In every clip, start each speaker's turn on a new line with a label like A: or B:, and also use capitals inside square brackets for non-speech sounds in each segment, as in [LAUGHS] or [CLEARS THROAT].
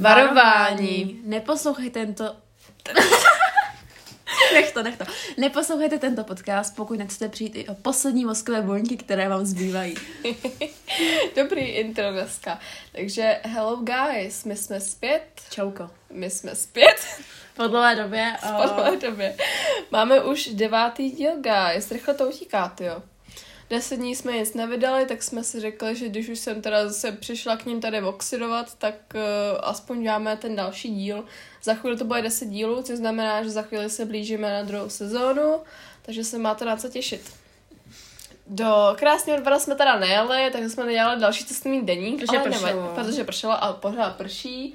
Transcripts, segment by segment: A: Varování.
B: Neposlouchej tento... [LAUGHS] nech to, nech to. Neposlouchejte tento podcast, pokud nechcete přijít i o poslední mozkové buňky, které vám zbývají.
A: Dobrý intro dneska. Takže hello guys, my jsme zpět.
B: Čauko.
A: My jsme zpět [LAUGHS]
B: Po dlouhé době. eh,
A: v podle době. Máme už devátý díl, guys. Rychle to utíká, jo. Deset dní jsme nic nevydali, tak jsme si řekli, že když už jsem teda zase přišla k ním tady oxidovat, tak uh, aspoň dáme ten další díl. Za chvíli to bude 10 dílů, což znamená, že za chvíli se blížíme na druhou sezónu, takže se máte na co těšit. Do krásného odbora jsme teda nejeli, takže jsme nedělali další cestovní deník,
B: Protože
A: ale
B: pršelo.
A: nevadí, protože pršelo a pořád prší,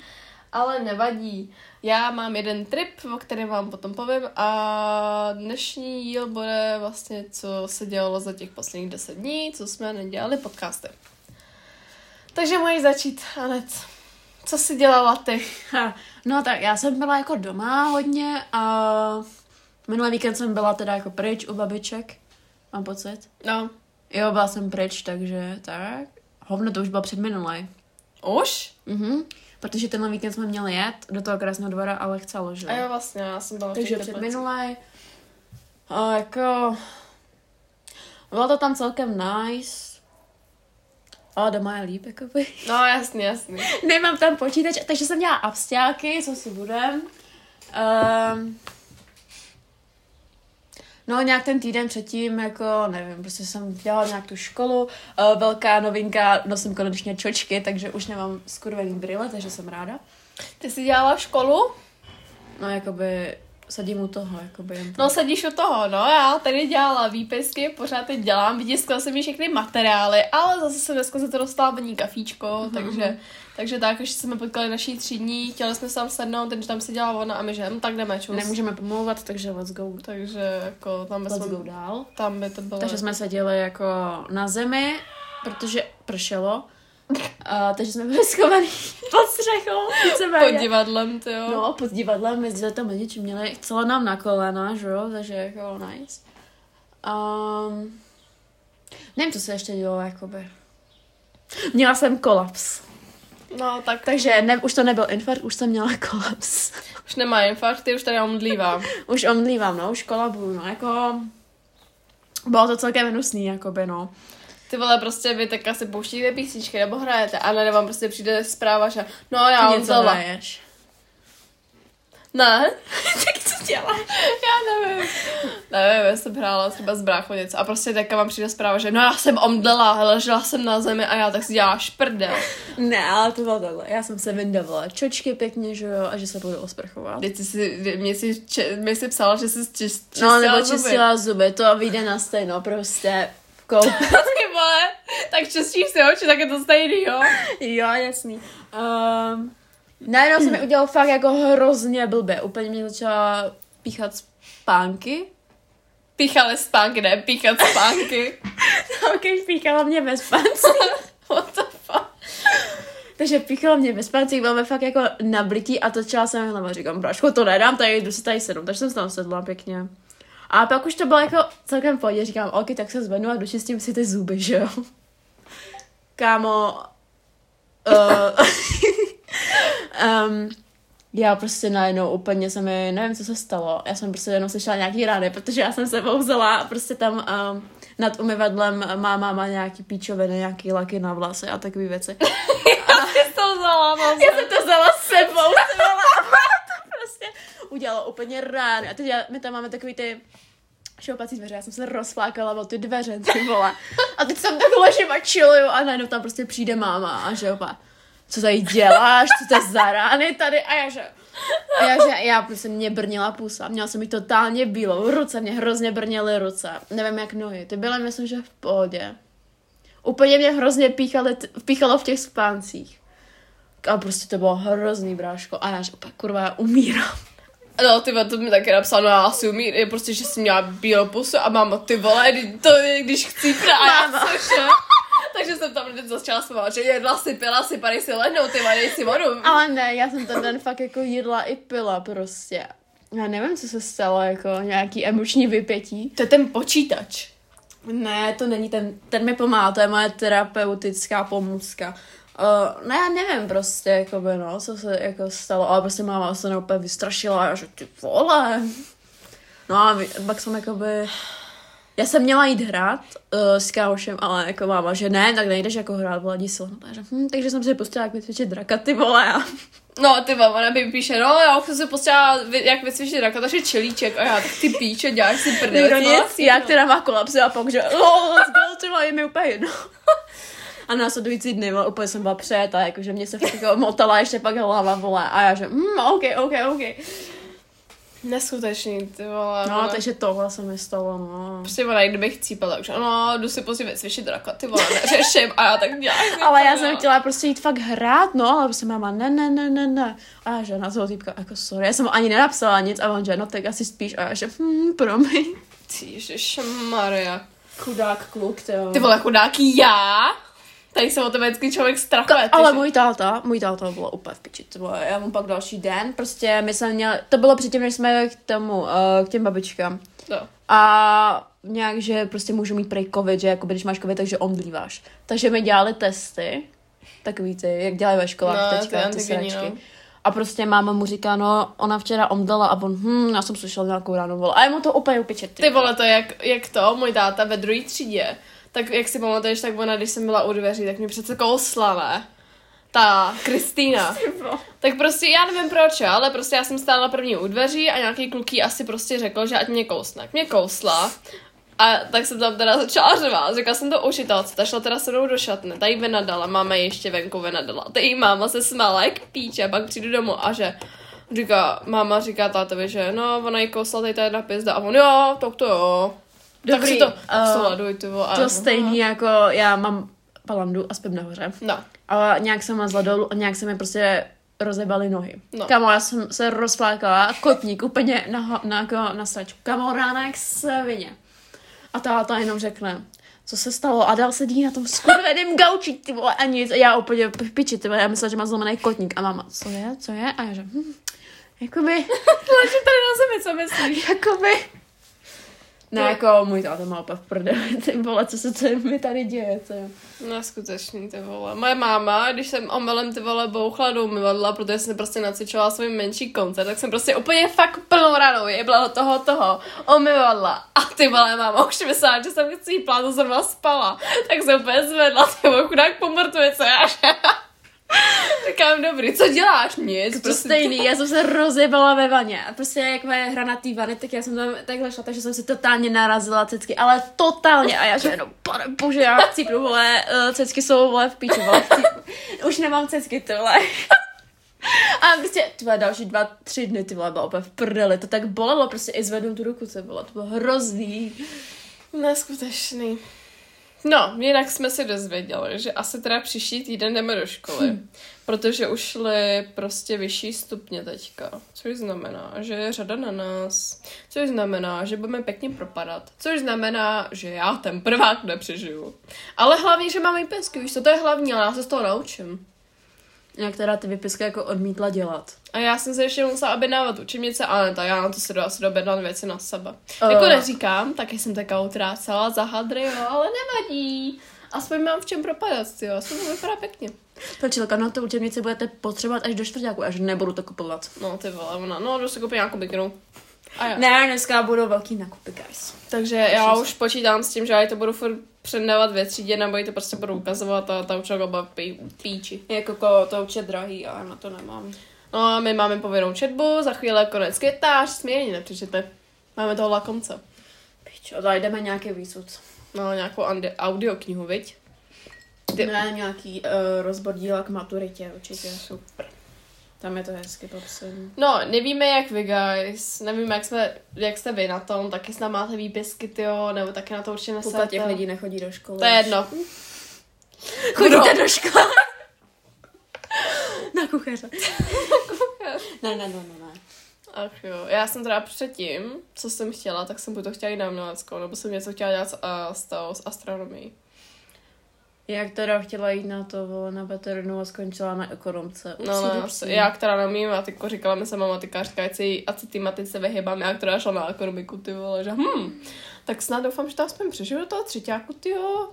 A: ale nevadí. Já mám jeden trip, o kterém vám potom povím a dnešní díl bude vlastně, co se dělalo za těch posledních deset dní, co jsme nedělali podcasty. Takže můžeš začít, Anet. Co jsi dělala ty?
B: Ha, No tak já jsem byla jako doma hodně a minulý víkend jsem byla teda jako pryč u babiček, mám pocit.
A: No,
B: Jo, byla jsem pryč, takže tak. Hovno to už bylo předminulé.
A: už?
B: Mhm. Protože tenhle víkend jsme měli jet do toho krásného dvora, ale chcelo, že?
A: A jo, vlastně, já jsem byla v
B: Takže
A: těch Teplicích.
B: předminulé. A jako... Bylo to tam celkem nice. A doma je líp, jakoby. [LAUGHS]
A: No, jasně, jasně.
B: Nemám tam počítač, takže jsem měla abstiáky, co si budem. Um, no nějak ten týden předtím, jako nevím, prostě jsem dělala nějak tu školu. Uh, velká novinka, nosím konečně čočky, takže už nemám skurvený brýle, takže jsem ráda.
A: Ty jsi dělala školu?
B: No jakoby sadím u toho, jakoby jen tak.
A: No sedíš u toho, no já tady dělala výpisky, pořád teď dělám, vytiskla jsem mi všechny materiály, ale zase jsem dneska se to dostala paní kafíčko,
B: Mhm.
A: mm-hmm. takže, takže tak, ještě jsme potkali naší třídní, chtěli jsme se tam sednout, takže tam se dělala ona a my že, no, tak jdeme čus.
B: Nemůžeme pomlouvat, takže let's go.
A: Takže jako tam by,
B: Let's
A: jsme,
B: go dál.
A: tam by to bylo.
B: Takže jsme seděli jako na zemi, protože pršelo. Uh, takže jsme byli schovaný [LAUGHS] pod střechou.
A: pod
B: víceméně.
A: divadlem, ty jo.
B: No, pod divadlem my jsme tam rodiče měli chcelo nám na kolena, že jo, takže jako nice. Um, nevím, co se ještě dělo, jakoby. Měla jsem kolaps.
A: no tak
B: Takže ne, už to nebyl infarkt, už jsem měla kolaps.
A: už nemá infarkt, ty už tady
B: [LAUGHS]
A: omdlívám.
B: Už omdlívám, no, už kolabuju, no, jako... Bylo to celkem hnusný, jakoby, no.
A: Ty vole, prostě vy tak asi pouštíte písničky nebo hrajete, a ne, vám prostě přijde zpráva, že no já omdlela.
B: hraješ. [LAUGHS]
A: Ne. tak co děláš? [LAUGHS] Já nevím. Nevím, já jsem hrála třeba s bráchou něco a prostě taká vám přijde zpráva, že no já jsem omdlela, ležela jsem na zemi a já tak si dělá šprdel.
B: Ne, ale to bylo takhle. Já jsem se vyndavala čočky pěkně, že jo, a že se budu osprchovat. No,
A: Teď jsi si, kdy- mě si, če, mě si psala, že jsi čist, čistila
B: No, nebo
A: zuby. [LAUGHS]
B: čistila zuby, to vyjde na stejno, prostě v koupi.
A: Ty vole, tak čistíš si oči, tak je to stejný, [LAUGHS] jo?
B: jo, jasný. Um, najednou se mi udělalo fakt jako hrozně blbě. Úplně mě začala píchat spánky.
A: Píchali spánky, ne, píchat spánky.
B: Ok, píchala mě ve spáncích.
A: [LAUGHS] What the fuck?
B: Takže píchala mě ve spáncích, bylo mi fakt jako nablití a točila se mi hlava. Říkám, braško, to nedám, tady jdu se tady sednu. Takže jsem se tam sedla pěkně. A pak už to bylo jako celkem v pohodě. Říkám, ok, tak se zvednu a dočistím si ty zuby, že jo. Kámo, [LAUGHS] Eh, um, já prostě najednou úplně se mi, nevím, co se stalo. Já jsem prostě jenom slyšela nějaký rány, protože já jsem se vzala prostě tam um, nad umyvadlem má máma nějaký píčoviny, nějaký laky na vlasy a takové věci.
A: [LAUGHS] Ty to vzala, no,
B: Já jsem to vzala s sebou, ty vole, a [LAUGHS] to prostě udělalo úplně ráno. A teď já, my tam máme takový ty šoupací dveře, já jsem se rozflákala o ty dveře, ty vole. A teď tam tak ležím a chilluju a najednou tam prostě přijde máma a že opa, co tady děláš, co to je za rány tady a já že... A já, že já prostě mě brnila pusa, měla jsem jí totálně bílou, ruce mě hrozně brněly ruce, nevím jak nohy, ty byly myslím, že v pohodě. Úplně mě hrozně píchaly, t- píchalo v těch spáncích. A prostě to bylo hrozný, bráško. A já říkám, kurva, já umírám.
A: No, ty vole, to mi taky napsal, no já asi umím, je prostě, že jsem měla bílou pusu a máma, ty vole, kdy- to je, když chci a já
B: Máma.
A: cože? Takže jsem tam hned začala smovat, že jedla si, pila si, padej si lehnou, ty vole, dej si vodu.
B: Ale ne, já jsem ten den fakt jako jedla i pila prostě. Já nevím, co se stalo, jako nějaký emoční vypětí.
A: To je ten počítač.
B: Ne, to není ten, ten mi pomáhá, to je moje terapeutická pomůcka. Uh, no já nevím prostě, jakoby, no, co se jako stalo, ale prostě máma se mě úplně vystrašila, a že ty vole. No a vy- pak jsem jakoby, já jsem měla jít hrát uh, s kámošem, ale jako máma, že ne, tak nejdeš jako hrát, byla dísla. No, takže, hm, takže jsem si pustila, jak vycvičit draka, ty vole. A
A: No, ty vole, ona mi píše, no, já už jsem se postěla, jak vysvětšit raka, takže čelíček. A já, tak ty píče, děláš si prdel.
B: Nikdo
A: co?
B: nic, já, která má kolapsy a pak, že oh, let's go, třeba je mi úplně jedno. [LAUGHS] A následující dny, vole, úplně jsem byla přejeta, jakože mě se fakt jako motala, ještě pak hlava, vole, a já že, mm, ok, ok, ok.
A: Neskutečný, ty vole.
B: No,
A: vole.
B: takže tohle se mi stalo, no.
A: Prostě ona, kdybych cípala, takže no, jdu si prostě vysvětšit raka, ty vole, neřeším. A já tak dělám.
B: Ale já jsem chtěla prostě jít fakt hrát, no, ale prostě máma, ne, ne, ne, ne, ne. A já že na toho týpka, jako sorry, já jsem mu ani nenapsala nic a on že, no tak asi spíš a já že, hm, promiň.
A: Ježišmarja.
B: Chudák kluk, ty jo.
A: Ty vole, chudáky já? Tady se o tebe vždycky člověk strachuje. ty
B: Ale
A: že-
B: můj táta, můj táta bylo úplně v piči, to bylo, já mu pak další den, prostě my jsme měli, to bylo předtím, než jsme jeli k tomu, uh, k těm babičkám.
A: No.
B: A nějak, že prostě můžu mít prej covid, že jako když máš covid, takže omdlíváš. Takže mi dělali testy, takový ty, jak dělají ve školách
A: No,
B: no, teďka,
A: ty
B: ty,
A: antigenní,
B: sračky.
A: no.
B: A prostě máma mu říká, no, ona včera omdlela a on, hm, já jsem slyšela nějakou ráno, vole. A je mu to úplně upiče,
A: Ty vole, to je jak, jak to, můj táta ve druhé třídě. Tak jak si pamatuješ, tak ona, když jsem byla u dveří, tak mě přece kousla, ne? Ta Kristýna. Tak prostě já nevím proč, jo, ale prostě já jsem stála první u dveří a nějaký kluký asi prostě řekl, že ať mě kousne. Tak Mě kousla. A tak jsem tam teda začala řvát. Řekla jsem to učitelce, ta šla teda se mnou do šatny, ta jí venadala, máma ji ještě venku venadala. Ta její máma se smála jak píče, pak přijdu domů a že Říká, máma říká tátovi, že no, ona jí kousla tady ta jedna pizda a on jo, tak to jo. tak si
B: Dobrý,
A: to
B: eh,
A: uh, soladuj, ty vole.
B: To stejný jako já mám palandu a spím nahoře.
A: No,
B: A nějak jsem mazla dolů a nějak se mi prostě rozebaly nohy.
A: No.
B: No. Kamo, já jsem se rozflákala, kotník úplně na, ho- na, jako na sračku. Kamo, rána jak svině. A táta jenom řekne, co se stalo a dal sedí na tom skurveném gauči, ty vole, a nic. A já úplně v piči, ty vole, já myslela, že má zlomený kotník. A máma, co je, co je? A já že, hm, jakoby, [LAUGHS]
A: leží tady na zemi, co myslíš?
B: jakoby. Ne,
A: To-
B: jako můj táta má opak v prdeli, ty vole, co se tady, mi tady děje, co jo.
A: No skutečný, ty vole. Moje máma, když jsem omylem ty vole bouchla do umyvadla, protože jsem prostě nacičovala svůj menší koncert, tak jsem prostě úplně fakt plnou ranou je byla do toho toho omyvadla. A ty vole máma už myslela, že jsem chci jít to zrovna spala. Tak jsem úplně zvedla, ty vole, chudák pomrtvě, co [LAUGHS] já Říkám, dobrý, co děláš? Nic, prostě
B: To prostě stejný, já jsem se rozjebala ve vaně. A prostě jak moje hra na té vany, tak já jsem tam takhle šla, takže jsem se totálně narazila cecky, ale totálně. A já že jenom, pane bože, já chci vole, eh, cecky jsou vole v píči, vole, chci, [LAUGHS] už nemám cecky, ty vole. [LAUGHS] A prostě ty vole, další dva, tři dny ty vole byla úplně v prdeli, to tak bolelo, prostě i zvednu tu ruku, co bylo, to bylo hrozný.
A: Neskutečný. No, jinak jsme se dozvěděli, že asi teda příští týden jdeme do školy, protože už šly prostě vyšší stupně teďka, což znamená, že je řada na nás, což znamená, že budeme pěkně propadat, což znamená, že já ten prvák nepřežiju. Ale hlavně, že máme pěsky, víš co, to je hlavní, ale já se z toho naučím.
B: Jak teda ty vypisky jako odmítla dělat.
A: A já jsem se ještě musela objednávat učebnice, ale tak já na to se do, asi objednám věci na sebe.
B: Eh.
A: Jako neříkám, taky jsem taková utrácela za hadry, jo, ale nevadí. Aspoň mám v čem propadat, jo, aspoň to vypadá pěkně.
B: Pročilka, no to učebnice budete potřebovat až do čtvrtáku, až nebudu to kupovat.
A: No ty vole, ona, no jdu si koupit nějakou mikinu. A já.
B: Ne, dneska budou velký nákupy, guys.
A: Takže já už počítám s tím, že já jí to budu furt předávat ve třídě, nebo jí to prostě budu ukazovat a ta učitelka byla pí, píči.
B: Jako ko, to určitě drahý a já na to nemám.
A: No a my máme povinnou četbu, za chvíli je konec květář, směrně nepřečete. Máme toho lakomce.
B: Pičo, zajdeme nějaký výsud.
A: No nějakou ande- audioknihu, viď? Ty-
B: Ne, nějaký uh, rozbor díla k maturitě určitě.
A: Super.
B: Tam je to hezky popsané.
A: No, nevíme jak vy guys, nevíme jak, jsme, jak jste vy na tom, taky s námi máte výpisky, tyjo, nebo taky na to určitě
B: Půlka
A: nesete.
B: těch lidí nechodí do školy.
A: To je jedno. No.
B: Chodíte do
A: [LAUGHS]
B: školy? na kuchaře. [LAUGHS] ne, ne, ne, ne, ne.
A: Ach jo, já jsem teda předtím, co jsem chtěla, tak jsem buď to chtěla jít na uměleckou, nebo jsem něco chtěla dělat s, a, s, tou- s astronomií.
B: Jak teda chtěla jít na to, vole, na veterinu a skončila na ekonomce. Upsí,
A: No, no,
B: dupsí.
A: já, která neumím, a teďko říkala mi sama matika, říká, ať si, ať si ty matice vyhybám, já, která šla na ekonomiku, ty vole, že hm, tak snad doufám, že to aspoň přežiju do toho třetíku, ty jo.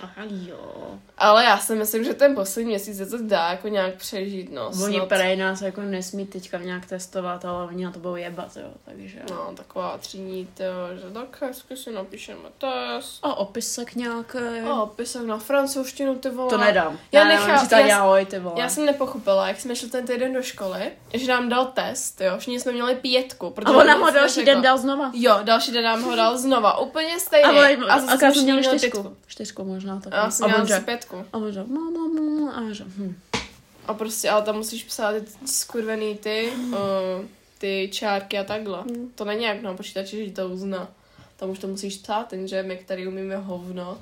B: Aha, jo.
A: Ale já si myslím, že ten poslední měsíc se to dá jako nějak přežít, no.
B: Oni
A: snad.
B: prej nás jako nesmí teďka nějak testovat, ale oni na to budou jebat, jo, takže...
A: No, taková třídní, to, že tak hezky si napíšeme test.
B: A opisek nějaký.
A: A opisek na francouzštinu, ty vole.
B: Eh. To nedám.
A: Já
B: ne,
A: nechápu,
B: Já,
A: já-
B: já, ahoj, ty vole.
A: Já jsem nepochopila, jak jsme šli ten týden do školy, že nám dal test, jo, všichni jsme měli pětku.
B: a
A: Protože
B: on nám
A: nic
B: ho další
A: neřekla.
B: den dal znova.
A: Jo, další den nám ho dal znova, úplně stejný.
B: A, on, a,
A: zase
B: a já
A: jsme
B: jsem měla
A: měli
B: čtyřku. Čtyřku možná tak.
A: A já jsem
B: a
A: měla
B: on že-
A: zase pětku.
B: A možná, mu, mu, mu, a že, hm.
A: A prostě, ale tam musíš psát ty skurvený ty,
B: Mhm.
A: uh, ty čárky a takhle. To není jak na počítači, že to uzná. Tam už to musíš psát, jenže my, který umíme hovno.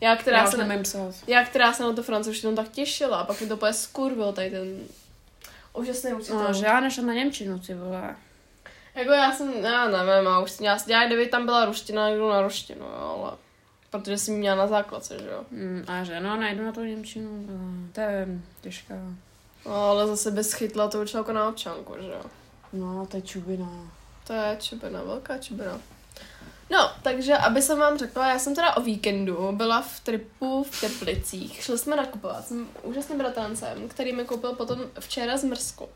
A: Já, která
B: Já
A: já
B: už
A: se na,
B: nemím psát.
A: já, která se na to francouzštinu tak těšila, a pak mi to úplně skurvil tady ten úžasný učitel.
B: No, že já našel na Němčinu, ty vole.
A: Jako já jsem, já nevím, já už jsem, já, já kdyby tam byla ruština, jdu na ruštinu, jo, ale protože jsem ji měla na základce, že jo.
B: Mm, a že no, najdu na to Němčinu, vole. to je těžká.
A: No, ale zase bys chytla toho člověka na občanku, že jo.
B: No, to je čubina.
A: To je čebena, velká čebena. No, takže, aby jsem vám řekla, já jsem teda o víkendu byla v tripu v Teplicích. Šli jsme nakupovat s úžasným bratrancem, který mi koupil potom včera z Mrzku.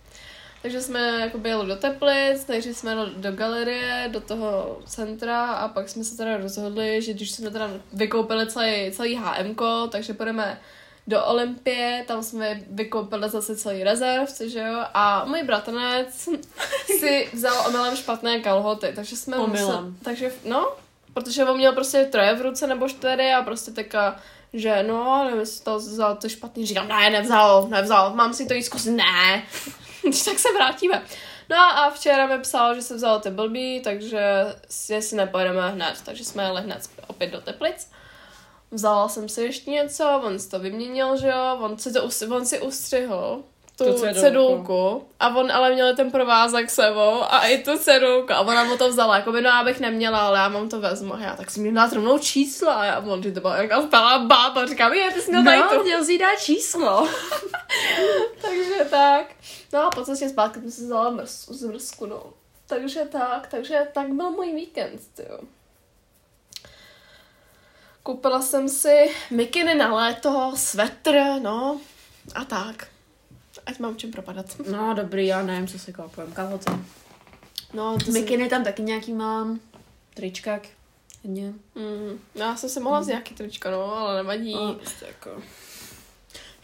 A: Takže jsme jako byli do Teplic, takže jsme do, do galerie, do toho centra a pak jsme se teda rozhodli, že když jsme teda vykoupili celý, celý HM, takže půjdeme do Olympie, tam jsme vykoupili zase celý rezerv, že jo, a můj bratranec si vzal omylem špatné kalhoty, takže jsme
B: Omylem.
A: museli- takže no, protože on měl prostě troje v ruce nebo čtyři a prostě teďka že no, nevím, jestli to vzal to špatný. Říkám, ne, nevzal, nevzal, mám si to jít zkusit, ne. [LAUGHS] Když tak se vrátíme. No a včera mi psal, že se vzal ty blbý, takže si- jestli nepojedeme hned, takže jsme jeli hned opět do Teplic. Vzala jsem si ještě něco, on si to vyměnil, že jo, on si, to, ustřihl- on si ustřihl tu
B: Tu
A: cedulku.
B: cedulku.
A: a on ale měl ten provázek sebou a i tu cedulku a ona mu to vzala, jako by no já bych neměla, ale já mám to vezmu a já tak si měl dát rovnou čísla a já, on, že to byla jaká stará bába, říkám, je, ty jsi měl tady tu.
B: No, měl si dát číslo.
A: [LAUGHS] Takže tak. No a po cestě zpátky jsem si vzala mrz, zmrzku, no. Takže tak, takže tak byl můj víkend, jo. Koupila jsem si mikiny na léto, svetr, no a tak. Ať mám čím propadat.
B: No, dobrý, já nevím, co si koupím. Kalhoty.
A: No, to Mikiny.
B: Mikiny tam taky nějaký mám. Tričkák. Hodně.
A: Jsem, mm, já jsem si mohla vzít nějaký tričko, no, ale nevadí.
B: A prostě jako...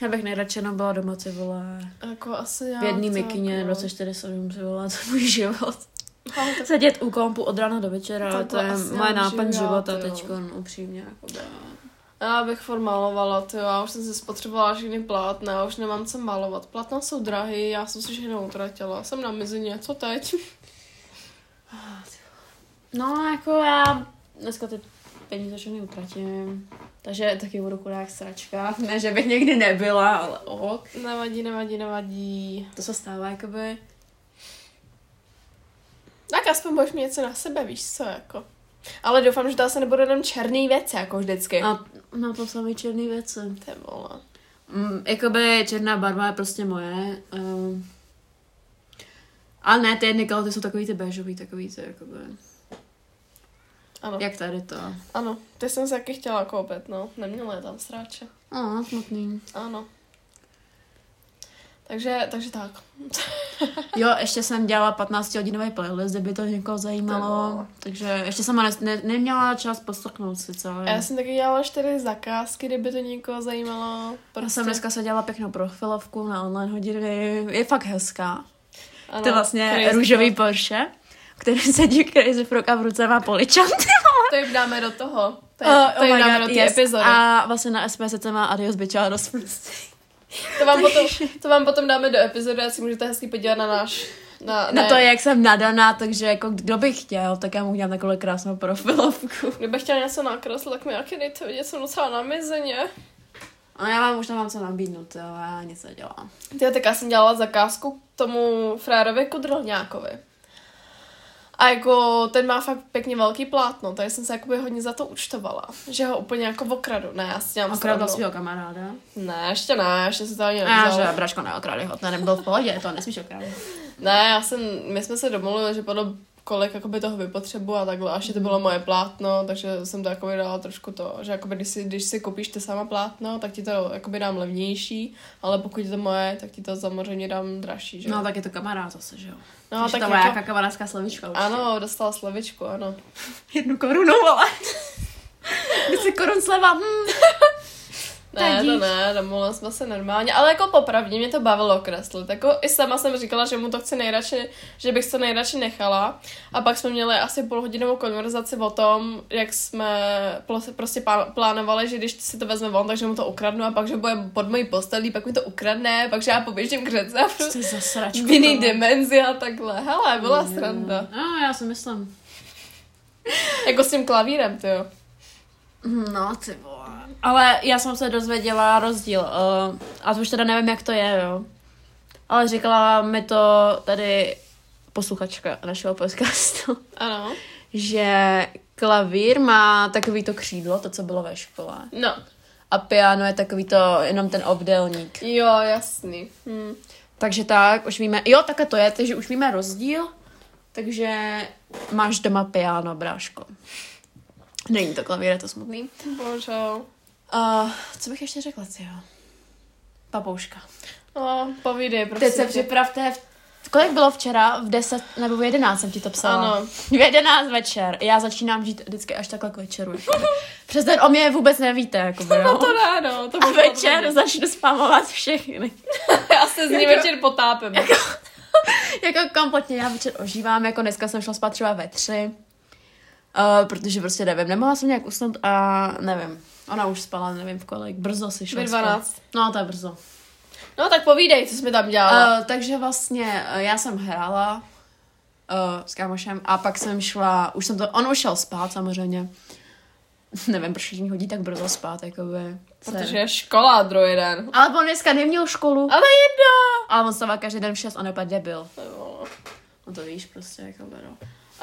B: Já bych nejradši jenom byla doma, ty vole.
A: Jako asi já...
B: V jedný
A: tak,
B: mikině
A: no.
B: 24-7, ty vole, to je můj život.
A: Ale tak-
B: Sedět u kompu od rána do večera,
A: Tak to
B: to je
A: asi
B: moje
A: já
B: náplň
A: žiju, já
B: života
A: to jo.
B: teď, no, upřímně. Jakoby. no.
A: Já bych furt malovala, ty já už jsem si spotřebovala všechny plátna, já už nemám co malovat. Plátna jsou drahý, já jsem si všechno utratila, jsem na mizině, co teď? [LAUGHS]
B: No, jako já dneska ty peníze všechny utratím. Takže taky budu chudák sračka. [LAUGHS] Ne, že bych někdy nebyla, ale ok.
A: Nevadí, nevadí, nevadí.
B: To se stává, jakoby...
A: Tak aspoň budeš mít něco na sebe, víš co, jako. Ale doufám, že to se nebude jenom černý věci, jako vždycky. A...
B: A na to samé černé věci.
A: Ty vole.
B: Mm, jakoby černá barva je prostě moje. Um, ale ne, ty jedny kalhoty jsou takový ty béžový, takový ty, jakoby,
A: Ano, Jak?
B: jak tady to.
A: ano, ty jsem se taky chtěla koupit, no, neměla je tam sráče.
B: No, smutný.
A: Ano. Takže, takže tak.
B: Jo, ještě jsem dělala 15-hodinový playlist, kdyby to někoho zajímalo.
A: vole.
B: Takže ještě jsem ho ne, ne, neměla čas poslechnout si celé.
A: A já jsem taky dělala čtyři zakázky, kdyby to někoho zajímalo. Prostě
B: Já jsem dneska se dělala pěknou profilovku na online hodiny. Je fakt hezká.
A: Ano,
B: to je vlastně
A: crazy
B: růžový Porsche, který sedí Crazy Frog a v ruce má poličan.
A: To jim dáme do toho. To,
B: [LAUGHS]
A: je,
B: Oh,
A: to
B: oh
A: jim
B: my
A: dáme
B: God,
A: do té
B: yes.
A: epizody. A...
B: A vlastně na SPS to má Adios Bichados prostě.
A: To, vám potom, to vám potom dáme do epizody a si můžete hezky podívat na náš... Na,
B: Na
A: ne.
B: No to, jak jsem nadaná, takže jako kdo by chtěl, tak já mu udělám takovou krásnou profilovku.
A: Kdybych chtěla něco nakreslit, tak mi taky dejte vidět, jsem docela na mizině. No
B: A já vám možná mám co nabídnout, ale já nic nedělám.
A: Ty, tak já jsem dělala zakázku k tomu frérovi Kudrlňákovi. A jako ten má fakt pěkně velký plátno, takže jsem se jakoby hodně za to účtovala. Že ho úplně jako okradu. Ne, já si dělám
B: Okradla
A: srandu.
B: svého kamaráda.
A: Ne, ještě ne, ještě se to ani
B: A já,
A: nevzal.
B: že braško neokrady ho, ten nebyl v pohodě, to nesmíš okrádat.
A: Ne, já jsem, my jsme se domluvili, že podle kolik jakoby toho vypotřebuji a takhle.
B: Mhm.
A: Až to bylo moje plátno, takže jsem to jakoby dala trošku to, že jakoby když si, když si koupíš to sama plátno, tak ti to jakoby dám levnější, ale pokud je to moje, tak ti to samozřejmě dám dražší, že?
B: No,
A: tak,
B: tak je to kamarád zase, že jo?
A: No,
B: Takže
A: tak
B: ta
A: je
B: moja
A: to-
B: jaká kamarádská slovíčka už.
A: ano, dostala slevičku, ano.
B: Jednu korunu, [LAUGHS] ale. 10 korun sleva. Hmm.
A: Ne,
B: Tak
A: to
B: díš.
A: ne, domluvila jsme se normálně, ale jako popravdě mě to bavilo kreslit. Jako i sama jsem říkala, že mu to chci nejradši, že bych to nejradši nechala. A pak jsme měli asi půlhodinovou konverzaci o tom, jak jsme pl- prostě pá- plánovali, že když si to vezme on, takže mu to ukradnu a pak, že bude pod mojí postelí, pak mi to ukradne, pak že já poběžím k řece a prostě
B: Jste za sračku.
A: v jiný
B: tohle.
A: dimenzi a takhle. Hele, byla sranda.
B: No, já si myslím.
A: Jako s tím klavírem, to jo.
B: No, ty vole. Ale já jsem se dozvěděla rozdíl. Uh, a to už teda nevím, jak to je, jo. Ale říkala mi to tady posluchačka našeho podcastu, [LAUGHS]
A: Ano.
B: že klavír má takový to křídlo, to, co bylo ve škole.
A: No.
B: A piano je takový to, jenom ten obdélník.
A: Jo, jasný. Hm.
B: Takže tak, už víme, jo, takhle to je, takže už víme rozdíl. Takže máš doma piano, bráško. Není to klavír, je to smutný.
A: Božel.
B: Uh, co bych ještě řekla, si jo? Papouška.
A: No, povídej, prosím.
B: Teď se
A: tě.
B: připravte. V... Kolik bylo včera? V 10 nebo v 11 jsem ti to psala.
A: Ano.
B: V 11 večer. Já začínám žít vždycky až takhle k večeru. jakoby. Přes den o mě vůbec nevíte, jako [LAUGHS]
A: No
B: jo.
A: to ráno, to
B: A
A: bylo
B: večer
A: dobrý.
B: začnu spamovat všechny.
A: [LAUGHS] Já se z ní večer potápím.
B: jako kompletně, já večer ožívám, jako dneska jsem šla spát třeba ve tři, uh, protože prostě nevím, nemohla jsem nějak usnout a nevím. Ona už spala, nevím v kolik, brzo si šla
A: Ve
B: spát.
A: 12.
B: No, to je brzo.
A: No tak povídej, co jsi mi tam dělala.
B: Uh, takže vlastně uh, já jsem hrála uh, s kámošem a pak jsem šla, už jsem to, on už šel spát samozřejmě. [LAUGHS] nevím, proč mě hodí tak brzo spát, jakoby.
A: protože Eh, je škola druhý den.
B: Ale on dneska neměl školu.
A: Ale jedno!
B: Ale on stával každý den v 6 a nepadl debil.
A: Jo.
B: No to víš prostě, jako no.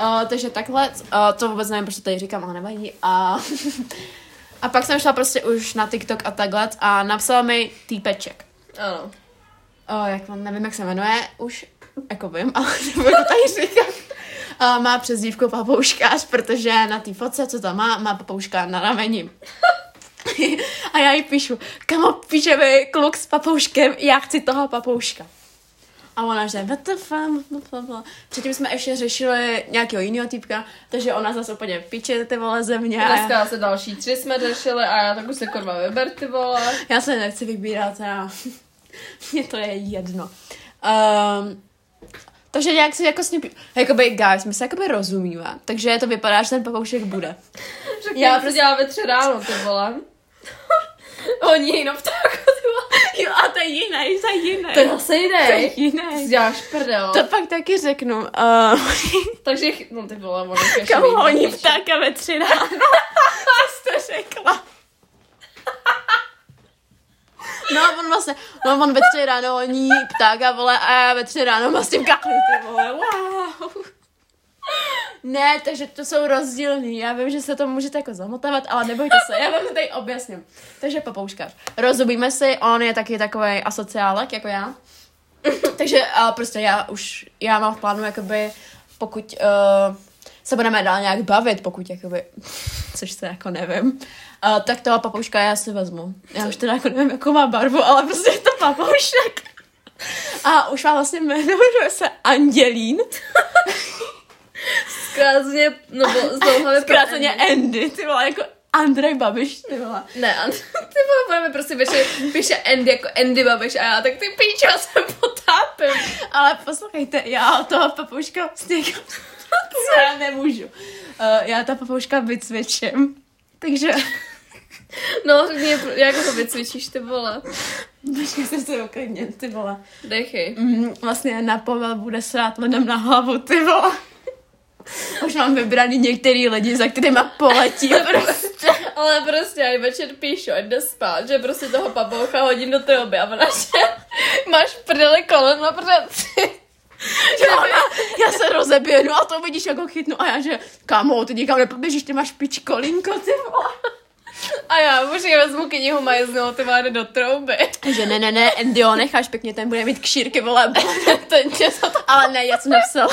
B: Uh, takže takhle, uh, to vůbec nevím, proč to tady říkám, ale nevadí. A, [LAUGHS] a pak jsem šla prostě už na TikTok a takhle a napsal mi týpeček.
A: Ano.
B: Uh, jak on, nevím, jak se jmenuje, už jako vím, [LAUGHS] ale nebudu to tady říkat. Uh, má přezdívku papouškář, protože na té fotce, co tam má, má papouška na rameni. a já jí píšu, kamo, píše mi kluk s papouškem, já chci toho papouška. A ona že WTF, blablabla. Předtím jsme ještě řešili nějakého jiného týpka, takže ona zase úplně piče ty vole ze mě. A já,
A: Dneska se další tři jsme řešili a já tak už se kurva vyber, ty vole.
B: já se nechci vybírat, [LAUGHS] já... Mně to je jedno. Um, takže nějak si jako s ním... pí- Jakoby, guys, my se jakoby rozumíme, takže to vypadá, že ten papoušek bude.
A: [LAUGHS] Řekni,
B: Já
A: já to
B: prostě-
A: dělá ve tři ráno, ty vole. [LAUGHS] Oni jenom tak, ty vole.
B: Jo, a to je jiný, to je jiný.
A: To je zase jiný.
B: jiný.
A: Ty děláš prdel.
B: To pak taky řeknu. Uh,
A: Takže, chy- no ty vole, oni ještě
B: kam honí
A: víc.
B: ptáka ve tři ráno. [LAUGHS] Co jsi to řekla? No a on vlastně, no on ve tři ráno honí ptáka, vole, a já ve tři ráno mastím kachlu, ty vole, wow. Ne, takže to jsou rozdílný. Já vím, že se to můžete jako zamotávat, ale nebojte se, já vám to tady objasním. Takže papouškář. Rozumíme si, on je taky takový asociálek, jako já. Takže a prostě já už, já mám v plánu, jakoby, pokud uh, se budeme dál nějak bavit, pokud jakoby, [LAUGHS] což se jako nevím, uh, tak toho papouška já si vezmu. Já už teda jako nevím, jakou má barvu, ale prostě je to papoušek. [LAUGHS] A už má vlastně jméno, jmenuje se Andělín,
A: Zkráceně, no bo zdlouhavě pro
B: zkráceně Andy, ty vole, jako Andrej Babiš, ty vole.
A: Ne, a ty vole, budeme prostě večer, píše Andy jako Andy Babiš a já tak ty píče, já se potápím.
B: Ale poslouchejte, já od toho papouška vlastně jako- [LAUGHS] co já [LAUGHS] nemůžu. Uh, já ta papouška vycvičím. Takže
A: No, řekni, jak to vycvičíš, ty vole.
B: Počkej, jsem se uklidnit, ty vole.
A: Dechej. [LAUGHS]
B: Mm, vlastně na povel bude srát lidem na hlavu, ty vole. Už mám vybraný některý lidi, za kterýma poletí. [LAUGHS] prostě.
A: Ale prostě aj večer píšu, ať jde spát, že prostě toho papoucha hodím do té oby a ona že máš prdele koleno, protože ty...
B: Jo, ona, já se rozebiju, no a to vidíš, jak ho chytnu. A já že, kamo, ty nikam nepoběžíš, ty máš pičkolinko, ty vole.
A: A já možná vezmu knihu majezdnou, ty vole, jde do trouby. [LAUGHS]
B: Že ne, ne, ne, Andy, ho necháš pěkně, ten bude mít kšírky, vole.
A: Ten tě za to...
B: [LAUGHS] Ale ne, já jsem napsala.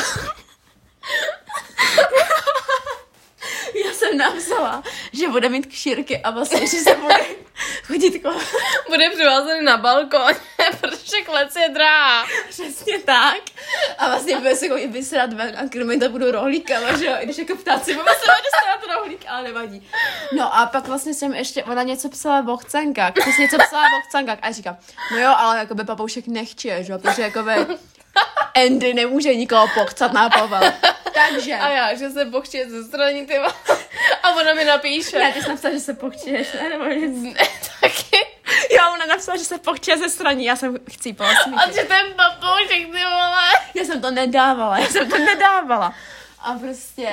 B: jsem napsala, že bude mít kšírky a vlastně, že se bude chodit kolem.
A: Bude přivázaný na balkon, [LAUGHS] protože klec je drá.
B: Přesně tak. A vlastně bude se chodit vysrat ven a kromě to budu rohlíkama, že jo? I když jako ptáci, mama se bude dostat rohlík, ale nevadí. No a pak vlastně jsem ještě, ona něco psala v ochcankách, přesně něco psala v ochcankách a já říkám, no jo, ale jakoby papoušek nechče, že jo? Protože jakoby Andy nemůže nikoho pochcat na povel. Takže.
A: A já, že se pochčuje ze strany, ty vole. A ona mi napíše.
B: Já ty jsi napsala, že se pochčuješ, ne? Nebo něco.
A: Ne, [LAUGHS] taky.
B: Jo, ona napsala, že se pochčuje ze straní, já jsem chcípala smích.
A: A že ten papoušek, ty vole.
B: Já jsem to nedávala, já jsem to nedávala. A prostě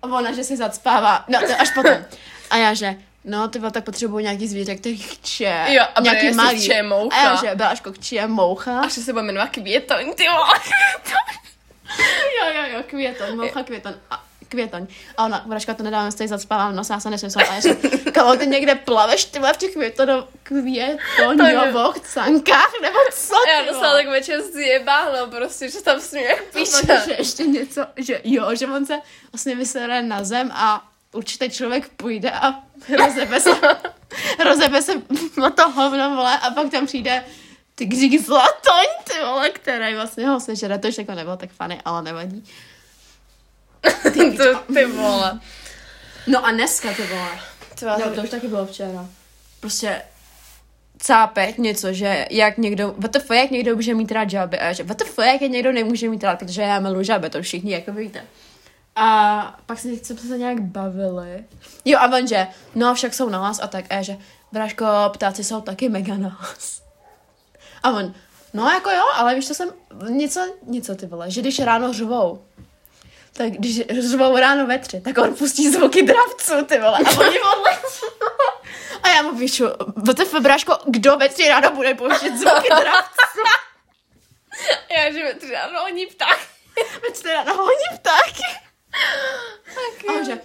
B: ona, že se zacpává, no to až potom. A já, že No, ty vole, tak potřebuju nějaký zvíře, který chče.
A: Jo, a bude,
B: nějaký
A: jestli chče je moucha.
B: A já, že byla až jako chče moucha.
A: A že se bude jmenovat květoň, ty vole.
B: jo, jo, no. jo, květon, moucha květon. A květoň. A ona, Vraška, to nedávám, stojí zacpávám nos, já se nesmysl. A já říkám, kamo, ty někde plaveš, ty vole, v těch květono, květoňových cankách, nebo co,
A: A já
B: ty
A: dostala
B: vole?
A: tak večer zjebáno, prostě, že tam směch
B: Potom,
A: [LAUGHS] píše.
B: že ještě něco, že jo, že on se vlastně vysere na zem a určitě člověk půjde a rozebe [LAUGHS] se, rozebe se o to hovno, vole, a pak tam přijde tygřík zlatoň, ty vole, který vlastně ho sežere, to už jako nebylo tak fany, ale nevadí.
A: To, ty vole.
B: No a dneska to vole.
A: Tva,
B: No, to už taky bylo včera. Prostě cápek něco, že jak někdo, WTF, jak někdo může mít rád žaby, a já, že WTF, jak je někdo nemůže mít rád, protože já miluji žaby, to všichni jako víte. A pak se jsme se nějak bavili. Jo, a on, že, no však jsou na nás a tak, a já, že, vražko, ptáci jsou taky mega na nás. A on, no jako jo, ale víš, to jsem, něco, něco ty vole, že když ráno řvou, tak když řvou ráno ve tři, tak on pustí zvuky dravců, ty vole, a oni
A: [LAUGHS]
B: odletí. A já mu píšu, VTF, bráško, kdo ve tři ráno bude pouštět zvuky [LAUGHS] dravců?
A: Já, že mi tři ráno oni pták.
B: Ve čtyři ráno honí ptáky. [LAUGHS] A on že...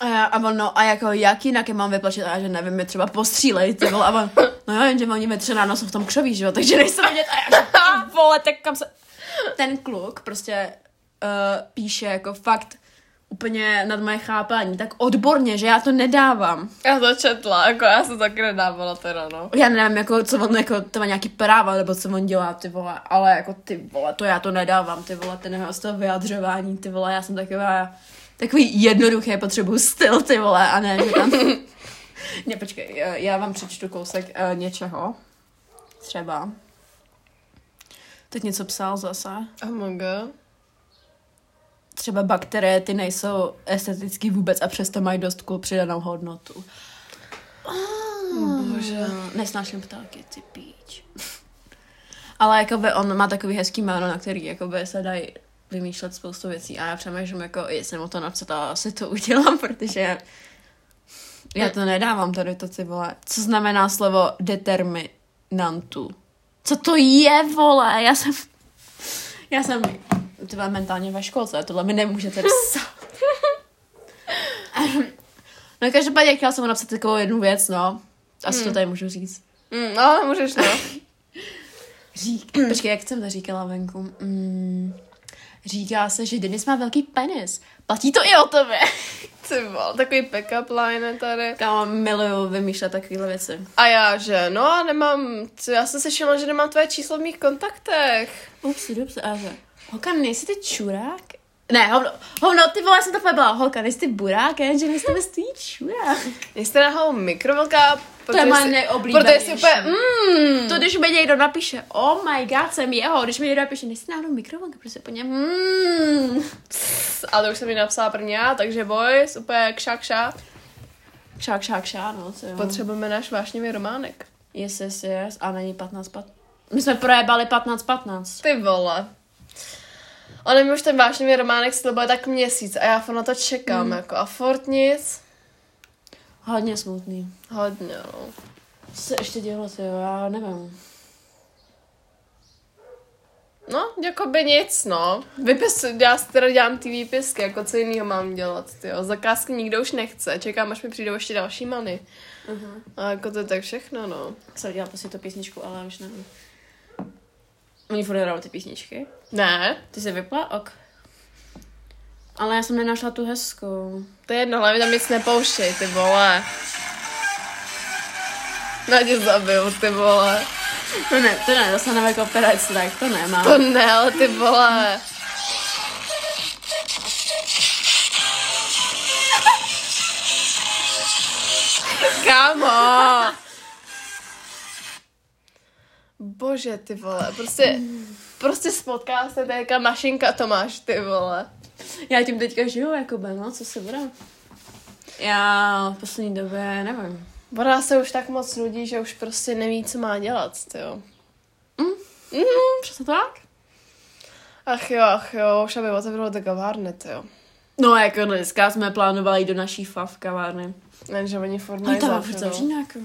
B: A, já, a on, no, a jako, jak jinak je mám vyplašit? A já, že nevím, je třeba postřílej, ty vole. A on, no jo, jenže oni ve tři ráno jsou v tom křoví, že jo, takže nejsem vidět. A já, že, ty [LAUGHS] vole, tak kam se... Ten kluk prostě uh, píše jako fakt úplně nad moje chápání, tak odborně, že já to nedávám.
A: Já to četla, jako já se taky nedávala teda, no.
B: Já nevím, jako, co on, jako, to má nějaký práva, nebo co on dělá, ty vole, ale jako, ty vole, to já to nedávám, ty vole, ten jeho styl vyjadřování, ty vole, já jsem taková, takový jednoduchý, potřebuju styl, ty vole, a ne, že tam... ne, počkej, eh, já vám přečtu kousek eh, něčeho, třeba. Teď něco psal zase.
A: Oh my god.
B: Třeba bakterie, ty nejsou estetický vůbec a přesto mají dost cool přidanou hodnotu.
A: Bože.
B: Oh, Nesnáším ptáky, ty píč. [LAUGHS] Ale jakoby on má takový hezký jméno, na který jakoby se dají vymýšlet spoustu věcí a já přemýšlím, jako jestli mu to napsat a asi to udělám, [LAUGHS] protože já to nedávám tady to, ty vole. Co znamená slovo determinantu? Co to je, vole? Já jsem... Já jsem ty vole, mentálně ve školce, tohle mi nemůžete psát. [LAUGHS] no každopádně chtěla jsem mu napsat takovou jednu věc, no. Asi to tady můžu říct.
A: Mm, no, můžeš, no.
B: Řík. [CLEARS THROAT] Počkej, jak jsem to říkala venku? Mm, říká se, že Denis má velký penis. Platí to i o tobě.
A: [LAUGHS] Ty vole, takový pick-up line je tady.
B: [LAUGHS] Kámo, miluju vymýšlet takovéhle věci.
A: A já, že no a nemám, co, já jsem se všimla, že nemám tvoje číslo v mých kontaktech.
B: Ups, dobře, a že. Holka, nejsi ty čurák? Ne, hovno, hovno, ty vole, já jsem to byla. Holka, nejsi ty burák, jenže my s tebe stojí čurák.
A: Jste nahou mikrovelká, protože
B: moje
A: jsi- Protože
B: nejoblíbenější.
A: jsi úplně, mm,
B: To, když mi někdo napíše, oh my god, jsem jeho, když mi někdo napíše, nejsi náhodou mikrovlnka, prostě po něm, mm.
A: a to už jsem mi napsala první já, takže boys, úplně kša, kša.
B: Šák, šák, šá, no, co jo.
A: Potřebujeme náš vášnivý románek.
B: Yes, yes, yes. A není 15, 15. My jsme projebali 15, 15.
A: Ty vole. On mi už ten vášnivý románek slibuje tak měsíc a já furt na to čekám, mm. jako a furt nic.
B: Hodně smutný.
A: Hodně, no.
B: Co se ještě dělo, ty jo, já nevím.
A: No, jako by nic, no. Vypis, já si teda dělám ty výpisky, jako co jiného mám dělat, jo. Zakázky nikdo už nechce, čekám, až mi přijdou ještě další many.
B: Uh-huh.
A: A jako to je tak všechno, no.
B: Jsem dělala prostě tu písničku, ale už nevím. Oni furt hrajou ty písničky.
A: Ne,
B: Ty jsi vypla? Ok. Ale já jsem nenašla tu hezkou.
A: To je jedno, hlavně tam nic nepouštěj, ty vole. Na tě zabiju, ty vole.
B: To ne, to ne, zase nové koperač, tak to nemá.
A: To ne, ale ty vole. Kámo. Bože, ty vole, prostě, prostě spotká se teďka mašinka Tomáš, ty vole.
B: Já tím teďka žiju, jako by, no, co se bude. Já v poslední době nevím.
A: Voda se už tak moc nudí, že už prostě neví, co má dělat, ty jo.
B: Mm, přesně tak?
A: Ach jo, ach jo, už aby otevřelo ty kavárny, ty jo.
B: No, jako dneska jsme plánovali jít do naší fav kavárny.
A: Jenže oni furt
B: Ale
A: mají
B: tam je furt
A: zavřeno.
B: zavřená, jako.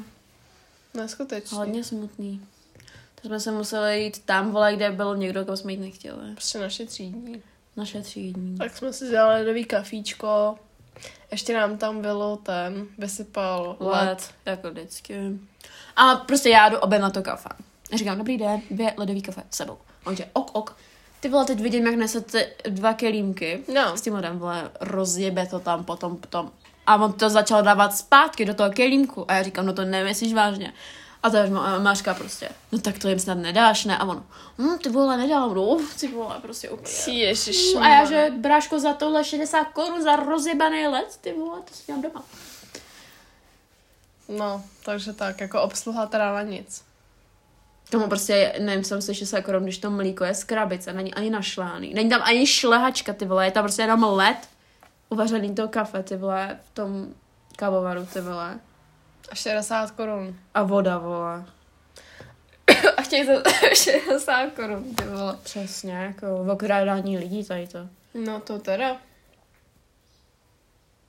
A: Neskutečně.
B: Hodně smutný. To jsme se museli jít tam, vole, kde byl někdo, koho jsme jít nechtěli.
A: Prostě naše třídní.
B: Naše třídní.
A: Tak jsme si dělali nový kafíčko. Ještě nám tam bylo ten, vysypal led.
B: Led, jako vždycky. A prostě já jdu obě na to kafe. Říkám, dobrý den, dvě ledový kafe s sebou. Onže, ok, ok. Ty vole, teď vidím, jak nesete dva kelímky.
A: No.
B: S tím ledem, vole, rozjebe to tam potom, potom. A on to začal dávat zpátky do toho kelímku. A já říkám, no to nemyslíš vážně. A ta má- máška prostě, no tak to jim snad nedáš, ne? A ono, hm, ty vole, nedám, no, [LAUGHS] ty vole, prostě úplně.
A: Ježiš,
B: A já, že bráško za tohle 60 korun za rozjebaný let, ty vole, to si dělám doma.
A: No, takže tak, jako obsluha teda na nic.
B: Tomu prostě, nevím, co tam se 60 korun, když to mlíko je z krabice, není ani našláný. Není tam ani šlehačka, ty vole, je tam prostě jenom led uvařený to kafe, ty vole, v tom kavovaru, ty vole.
A: A 60 korun.
B: A voda, vole.
A: [LAUGHS] A chtějí za [LAUGHS] 60 korun, ty vole.
B: Přesně, jako v okrádání lidí tady to.
A: No to teda.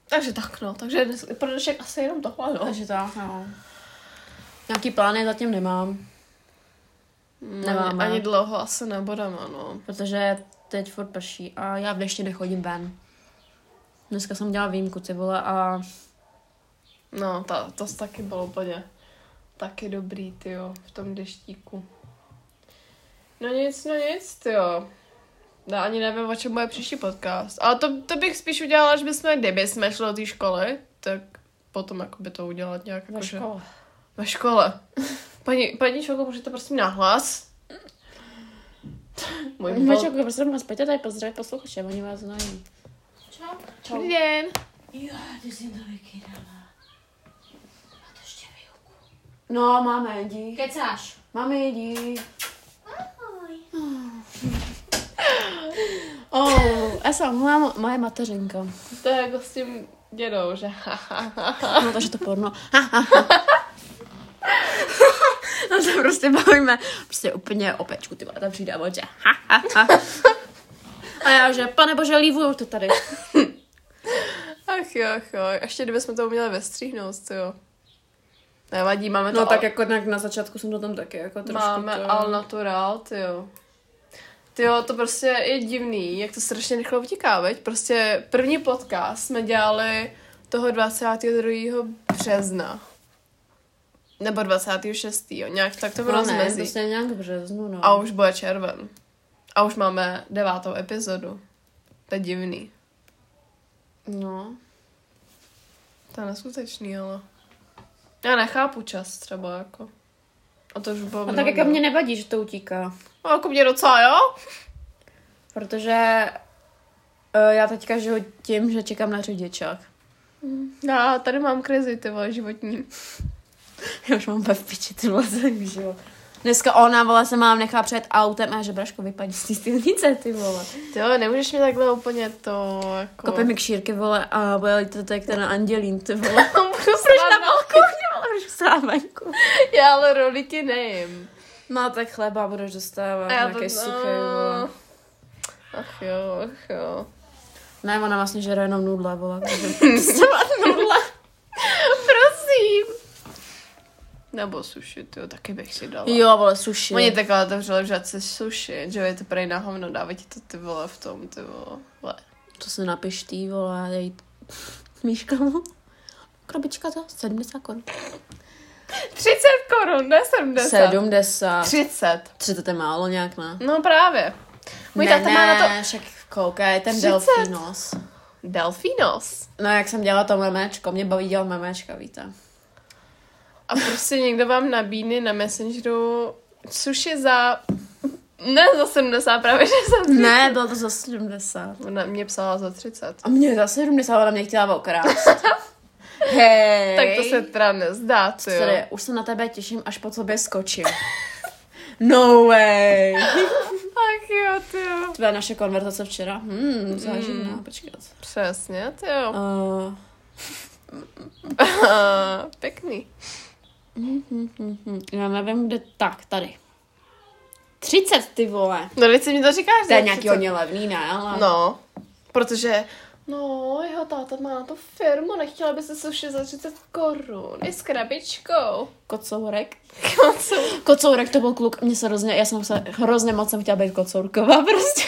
A: Takže tak no, takže dnes, pro dnešek asi jenom tohle, no.
B: Takže tak, no. Nějaký plány zatím nemám,
A: ani,
B: nemáme.
A: ani dlouho asi nebudeme, no.
B: protože teď furt prší a já v dešti nechodím ven. Dneska jsem dělala výjimku, ty vole, a
A: No, ta, to taky bylo úplně taky dobrý, ty jo, v tom deštíku. No nic, no nic, ty jo. Já ani nevím, o čem bude příští podcast. Ale to, to bych spíš udělala, až bychom, kdyby jsme šli do té školy, tak potom jakoby to udělat nějak
B: ve
A: jakože-
B: škole.
A: Ve škole. [LAUGHS] Paní, paní školko, můžete prosím nahlas? Můj bol...
B: Mačku, jako, prosím vás, pojďte tady pozdravit posluchače, oni vás znají.
C: Čau.
B: Čau.
A: Dobrý den.
C: Jo, ty jsi to vykydala. A to ještě vyuku.
B: No, máme jedí.
C: Kecáš.
B: Máme jedí.
C: Ahoj.
B: Oh, já jsem moje, moje mateřinka.
A: To je jako s tím dědou, že?
B: No, takže to porno. [LAUGHS] no se prostě bavíme. Prostě úplně o pečku, ty vole, tam přijde a on, že A já, že pane bože, lívuju to tady.
A: Ach jo, ach jo. Ještě kdybychom to uměli vestříhnout, to jo. Nevadí, máme to
B: No tak
A: al...
B: jako na, na začátku jsem to tam taky jako trošku
A: Máme
B: to...
A: al natural, ty jo. Ty jo, to prostě je divný, jak to strašně rychle utíká, veď? Prostě první podcast jsme dělali toho 22. března. Nebo 26. Jo. Nějak tak to bylo
B: No ne,
A: rozmezí.
B: prostě nějak v březnu, no.
A: A už bude červen. A už máme devátou epizodu. To je divný.
B: No.
A: To je neskutečný, ale... Já nechápu čas třeba, jako. A to už bylo
B: A tak
A: mnoho.
B: jako mě nevadí, že to utíká.
A: A jako mě docela, jo?
B: Protože eh, já teďka žiju tím, že čekám na řidičák.
A: Já tady mám krizi, ty vole, životní.
B: Já už mám úplně v piči ty vole, takže jo. Dneska ona, vole, se mám nechá před autem a že braško vypadí z té silnice, ty vole.
A: Ty jo, nemůžeš mi takhle úplně to, jako... [LAUGHS]
B: Kope mi kšírky, vole, a bude to tak ten Andělín, ty vole.
A: Budu
B: Proč na
A: na
B: balkóně, ale už vstává venku.
A: Já ale rolíky nejím.
B: No tak chleba budeš dostávat,
A: A já to... no.
B: nějaký suchý, vole.
A: Ach jo, ach jo.
B: Ne, ona vlastně žere jenom nudle, vole. takže- [LAUGHS]
A: Nudla. [LAUGHS] Prosím. Nebo suši, ty jo, taky bych si dala.
B: Jo, vole, suši.
A: Oni takhle otevřeli v žadce suši, že jo, je to prej na hovno, dávají ti to ty vole v tom, ty vole. vole.
B: To se napiš ty vole, dej Míška mu. Krabička za 70 korun.
A: 30 korun, ne 70.
B: 70.
A: 30.
B: 30 je málo nějak, ne?
A: No právě. Můj táta má na to...
B: však koukej, ten
A: 30.
B: delfín nos.
A: Delfinos.
B: No jak jsem dělala to memečko, mě baví dělat memečka, víte.
A: A prostě někdo vám nabídne na Messengeru suši za... Ne za 70, právě že jsem...
B: Ne, bylo to za 70.
A: Ona mě psala za 30.
B: A mě za 70, ona mě chtěla okrást. [LAUGHS] Hej.
A: Tak to se teda nezdá, co jo.
B: Sorry, už se na tebe těším, až po tobě skočím. [LAUGHS] No way.
A: Ach jo, ty jo.
B: Tvoje naše konverzace včera. Hmm, záživná, mm. počkat.
A: Přesně, ty jo.
B: Uh,
A: A, pěkný.
B: hm, já nevím, kde tak, tady. 30, ty vole.
A: No, teď si mi to říkáš.
B: To je
A: za
B: nějaký
A: 30.
B: hodně levný, ne? Ale...
A: No, protože... No, jeho táta má na to firmu, nechtěla by se suši za 30 korun. I
B: [LAUGHS]
A: s krabičkou.
B: Kocourek.
A: Konců.
B: Kocourek to byl kluk, mě se hrozně, já jsem se hrozně moc jsem chtěla být kocourková [LAUGHS] prostě.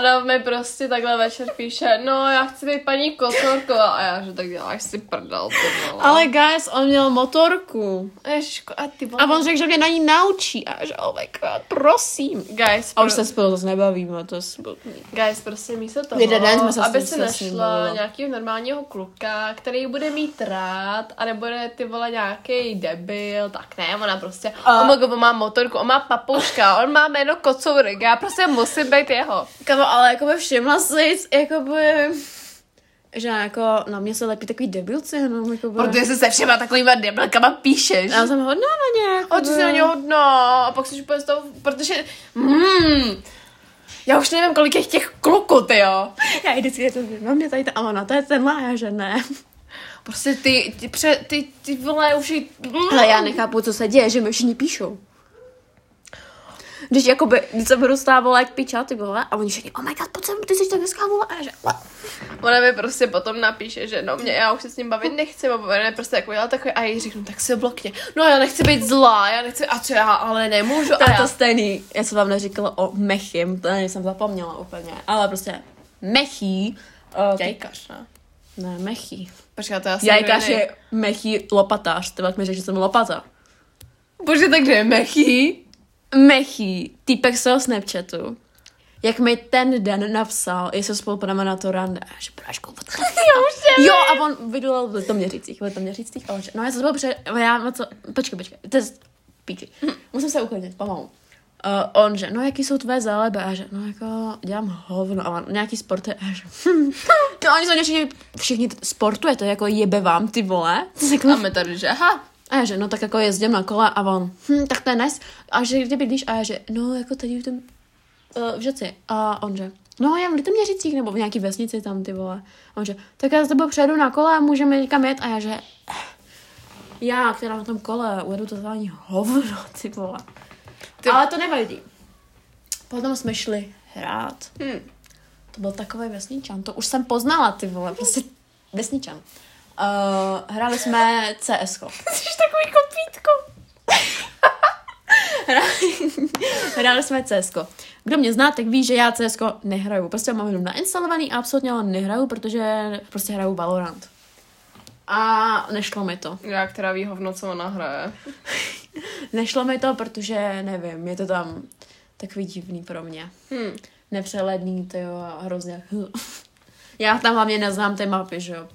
A: Ona mi prostě takhle večer píše, no já chci být paní Kocorková. A já, že tak děláš si prdel, ty vole.
B: Ale guys, on měl motorku.
A: Ježiško, a ty vole.
B: A on řekl, že mě na ní naučí. A já, že oh my god, prosím.
A: Guys,
B: A
A: pro...
B: už se spolu zase nebavíme, to je smutný.
A: guys, prostě místo toho,
B: Jeden den jsme se s
A: aby
B: tím
A: se
B: se s ním
A: našla
B: bavila.
A: nějakého normálního kluka, který bude mít rád a nebude ty vole nějaký debil, tak ne, ona prostě, a...
B: A-
A: oh my God, on má motorku, on má papouška, on má jméno Kocourek, já prostě musím být jeho.
B: Kamo, ale jakoby všimla si, jakoby... Že jako na mě se lepí takový debilci, jenom jakoby...
A: se se všema takovýma debilkama píšeš.
B: Já jsem hodná na ně, jakoby.
A: O, ty jsi na něj hodno. A pak jsi úplně z toho, protože... Mm, já už nevím, kolik je těch kluků, ty jo.
B: Já i vždycky je to mám mě tady ta Amana, to je tenhle, a já že ne.
A: Prostě ty, ty, pře, ty, ty vole, už jí... Mm.
B: Ale já nechápu, co se děje, že mi všichni píšou. Když jakoby, když se budu stávala jak piča, ty vole, a oni všichni, oh my god, pojď sem, ty jsi tak hezká, vole, a já že,
A: Ona mi prostě potom napíše, že no mě, já už se s ním bavit nechci, a ona je prostě jako já takový, a já jí řeknu, tak se blokně. No já nechci být zlá, já nechci, a co já, ale nemůžu,
B: To
A: a
B: je
A: já...
B: to stejný. Já jsem vám neříkala o mechim, to jsem zapomněla úplně. Ale prostě mechý. Uh,
A: Jajkař, ne?
B: Ne, mechý.
A: no." Počkej, to já jsem
B: Jajkař je mechý lopatář. Ty mi řekl, že jsem lopata.
A: Bože, takže je mechý.
B: Mechý, týpek z toho Snapchatu. Jak mi ten den napsal, jestli spolu půjdeme na to rande. A já, Že prášku, what the fuck?
A: [LAUGHS] Já už nevím.
B: Jo, a on vydolal v měřících, v měřících, ale že, no já jsem to před, já, no co, počkej, počkej, to je z píči. Musím se uklidnit, pomalu. Uh, on že, no jaký jsou tvé záleby? A já že, no jako, dělám hovno. A on, nějaký sporty? A já že, [LAUGHS] hm. No oni jsou všichni, všichni t- sportujete, jako jebe vám, ty vole. To je jako-
A: A my tady, že aha,
B: a já že, no tak jako jezdím na kole a on, hm, tak to je nice. A že kde bydlíš? A já že, no jako tady v tom, uh, v Žeci. A on že, no já v Litoměřicích nebo v nějaký vesnici tam, ty vole. A on že, tak já za tebou přejdu na kole a můžeme někam jet. A já že, eh, já, která na tom kole, ujedu to zvání hovno, ty vole.
A: Ty-
B: Ty... Ale to nevadí. Potom jsme šli hrát.
A: Hm.
B: To byl takový vesničan, to už jsem poznala, ty vole, prostě vesničan. Uh, hráli jsme CS. -ko.
A: jsi takový kopítko.
B: Hráli jsme CS. Kdo mě zná, tak ví, že já CS nehraju. Prostě ho mám jenom nainstalovaný a absolutně ho nehraju, protože prostě hraju Valorant. A nešlo mi to.
A: Já, která ví hovno, co ona hraje.
B: Nešlo mi to, protože nevím, je to tam takový divný pro mě.
A: Hm.
B: Nepřehledný, to jo, a hrozně. [LAUGHS] Já tam hlavně neznám ty mapy, že jo.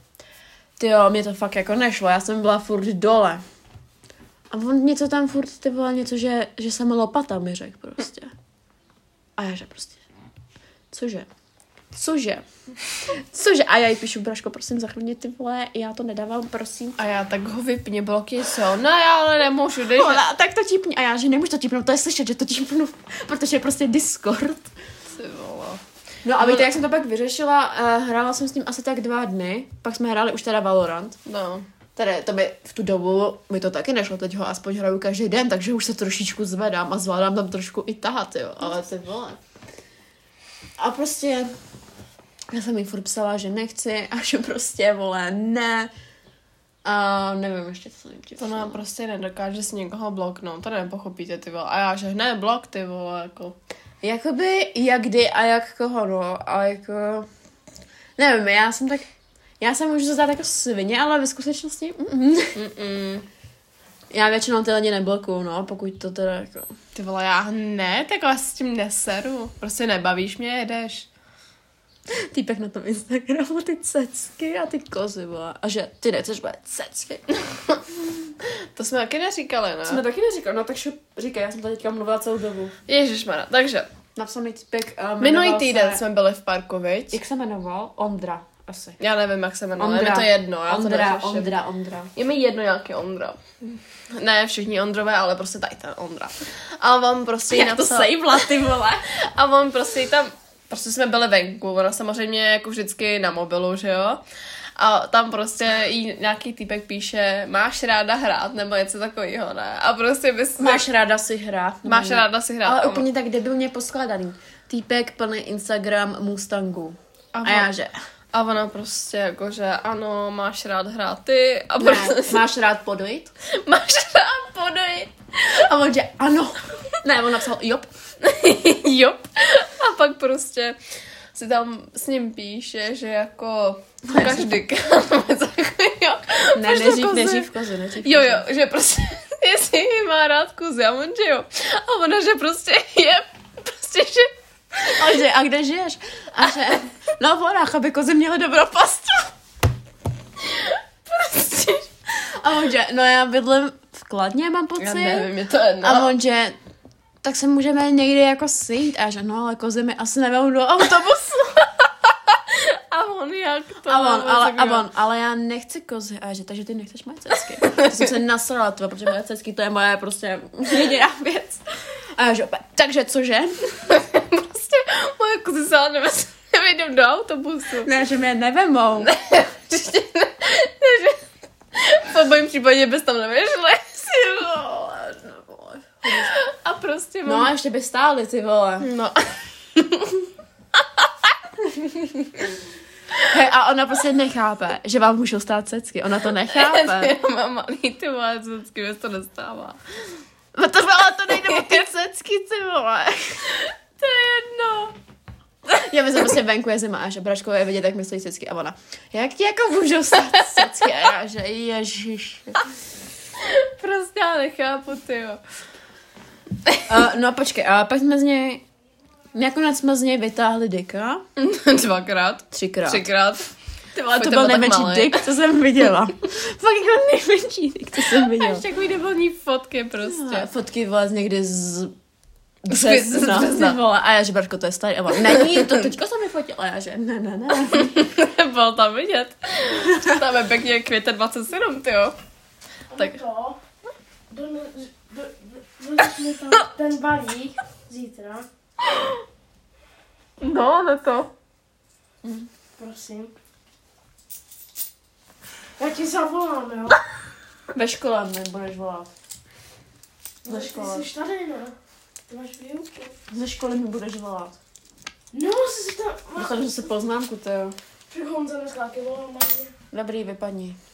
B: Ty jo, mě to fakt jako nešlo, já jsem byla furt dole. A on něco tam furt, ty vole, něco, že, že jsem lopata, mi řekl prostě. A já že prostě, cože? Cože? Cože? A já jí píšu, Braško, prosím, zachránit ty vole, já to nedávám, prosím.
A: A já tak ho vypni, bloky jsou. No já ale nemůžu, dej, že...
B: Ona, tak to típni. A já, že nemůžu to típnout, to je slyšet, že to típnu, [LAUGHS] protože je prostě Discord.
A: Ty vole.
B: No a víte, jak jsem to pak vyřešila, eh, hrála jsem s ním asi tak dva dny, pak jsme hráli už teda Valorant.
A: No.
B: Tady to by v tu dobu mi to taky nešlo, teď ho aspoň hraju každý den, takže už se trošičku zvedám a zvládám tam trošku i tahat, jo, ale ty vole. A prostě já jsem jí furt psala, že nechci a že prostě, vole, ne. A nevím ještě, co jsem jim
A: To nám prostě nedokáže s někoho bloknout, to nepochopíte, ty vole. A já, že ne, blok, ty vole, jako.
B: Jakoby jak kdy a jak koho, no. A jako... Nevím, já jsem tak... Já se můžu zdát jako svině, ale ve skutečnosti... Mm-mm.
A: Mm-mm.
B: Já většinou ty lidi neblokuju, no, pokud to teda jako...
A: Ty vole, já ne, tak já s tím neseru. Prostě nebavíš mě, jedeš.
B: Týpek na tom Instagramu, ty cecky a ty kozy, vole. A že ty nechceš bude cecky.
A: To jsme taky neříkali, ne?
B: Jsme taky neříkali, no tak šup, říkej, já jsem to teďka mluvila celou dobu.
A: Ježišmarja, takže
B: Napsal mi týpek a
A: minulý
B: jmenoval
A: týden
B: se...
A: jsme byli v parku, viď?
B: Jak se jmenoval? Ondra, asi.
A: Já nevím, jak se
B: No,
A: jmenuje, je mi to jedno, já to
B: Ondra,
A: neřeším.
B: Ondra, Ondra.
A: Je mi jedno, jak je Ondra. Ne všichni Ondrové, ale prostě tady ten Ondra. A on prostě jí
B: Jak to
A: napsal...
B: sejbla, ty vole.
A: A on prostě jí tam... Prostě jsme byli venku, ona samozřejmě jako vždycky na mobilu, že jo? A tam prostě jí nějaký týpek píše, máš ráda hrát, nebo něco takového, ne? A prostě my jsme...
B: Máš ráda si hrát.
A: máš
B: no.
A: ráda si hrát.
B: Ale
A: ano.
B: úplně tak debilně poskladaný. Týpek plný Instagram Mustangu.
A: Aha.
B: A já že...
A: A ona prostě jako, že ano, máš rád hrát ty a
B: Ne, [LAUGHS]
A: prostě [LAUGHS]
B: máš rád podojit?
A: máš rád [LAUGHS] podojit.
B: A on že ano. Ne, on napsal jop.
A: jo. A pak prostě si tam s ním píše, že jako každý [LAUGHS] kámo, jo.
B: Ne, neřív, neřív kozu, neřív
A: Jo,
B: kozu.
A: jo, že prostě, [LAUGHS] jestli ji má rád kuzy, a on že jo. A ona, že prostě je, prostě, že
B: A že, a kde žiješ? A
A: [LAUGHS]
B: že, no v horách, aby kozy měly dobrou pastu.
A: prostě,
B: A on že, no já bydlím v Kladně, mám pocit.
A: já nevím, no. je to jedno.
B: A on že, tak se můžeme někdy jako sejít. A že, no ale kozy mi asi nevou do autobusu.
A: [LAUGHS] a on jak to?
B: A on, ale,
A: tak jo.
B: a on, ale já nechci kozy. A že, takže ty nechceš moje cecky. To jsem se nasrala, tvo, protože moje cecky to je moje prostě jediná věc. A já že opět, takže cože?
A: [LAUGHS] prostě moje kuzy se ale nevys- nevejdou do autobusu.
B: Ne, že mě nevemou.
A: Ještě ne, ne, že po mém případě bys tam nevyšli. [LAUGHS] no. A prostě
B: No
A: mám-
B: a ještě by stály, ty vole.
A: [LAUGHS] No.
B: Hej, a ona prostě nechápe, že vám můžou stát cecky. Ona to [LAUGHS] nechápe.
A: [LAUGHS] Já mám malý ty vole, vždycky mi to nestává.
B: No to ale to nejde o ty cecky, ty vole.
A: [LAUGHS] To je jedno.
B: Já myslím, prostě venku je zima a že Braško je vidět, jak myslí cecky. A ona, jak ti jako můžou stát cecky? A já, že ježiš.
A: Prostě já nechápu, ty jo. [LAUGHS]
B: Uh, no a počkej, a pak jsme z něj... Nakonec jsme z něj vytáhli dika.
A: Dvakrát.
B: Třikrát.
A: Třikrát.
B: Ty vole,
A: Fakt,
B: to
A: to
B: byl
A: byl tak
B: nejmenší
A: malej. [LAUGHS]
B: dik, co jsem viděla. [LAUGHS] Fakt jako nejmenší dik, co jsem [LAUGHS]
A: A
B: viděla.
A: ještě takový debilní fotky prostě.
B: A fotky vole z někdy z
A: Z
B: března,
A: března.
B: ty vole. A já, že Barko, to je starý. A on, není, to teďka jsem mi fotila. A já, že ne, ne, ne.
A: [LAUGHS] Bylo tam vidět. Tam je pěkně květe 27, ty jo. Tak.
C: To, do, do, do, do, tam ten balík zítra,
A: No, no to.
C: prosím. Já ti zavolám, jo?
B: [LAUGHS] Ve škole mi budeš volat.
C: No, Ty
B: školy.
C: jsi tady, no. Ty máš výuku.
B: Ze školy mi budeš volat.
C: No, jsi si tam... Má...
B: Dostanu si poznámku, to jo.
C: Při Honza nesláky volal na mě.
B: Dobrý, vypadni.
A: [LAUGHS]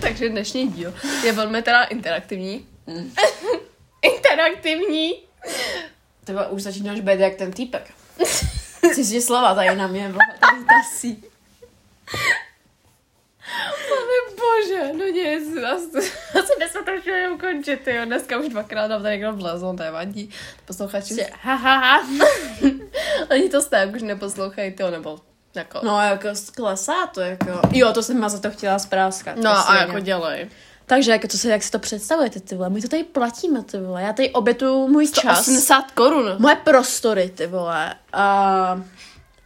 A: Takže dnešní díl je velmi teda interaktivní.
B: Mm.
A: [LAUGHS]
B: [LAUGHS]
A: interaktivní.
B: Ty vole, už začínáš být jak ten týpek. Cizí slova tady na mě, vole, tady tasí.
A: Ale bože, no nic, asi, asi bychom to chtěli ukončit, jo. Dneska už dvakrát nám tady někdo vlezl, to je vadí. Posluchači,
B: Prostě ha, ha, ha.
A: [LAUGHS] oni to stejně už neposlouchají, to nebo jako. No,
B: No, jako klesá to, jako. Jo, to jsem vás za to chtěla zpráskat. Prostě
A: no a
B: posledně.
A: jako dělej.
B: Takže, jako, co se, jak si to představujete, ty vole? My to tady platíme, ty vole. Já tady obětuju můj čas.
A: 80 korun.
B: Moje prostory, ty vole. A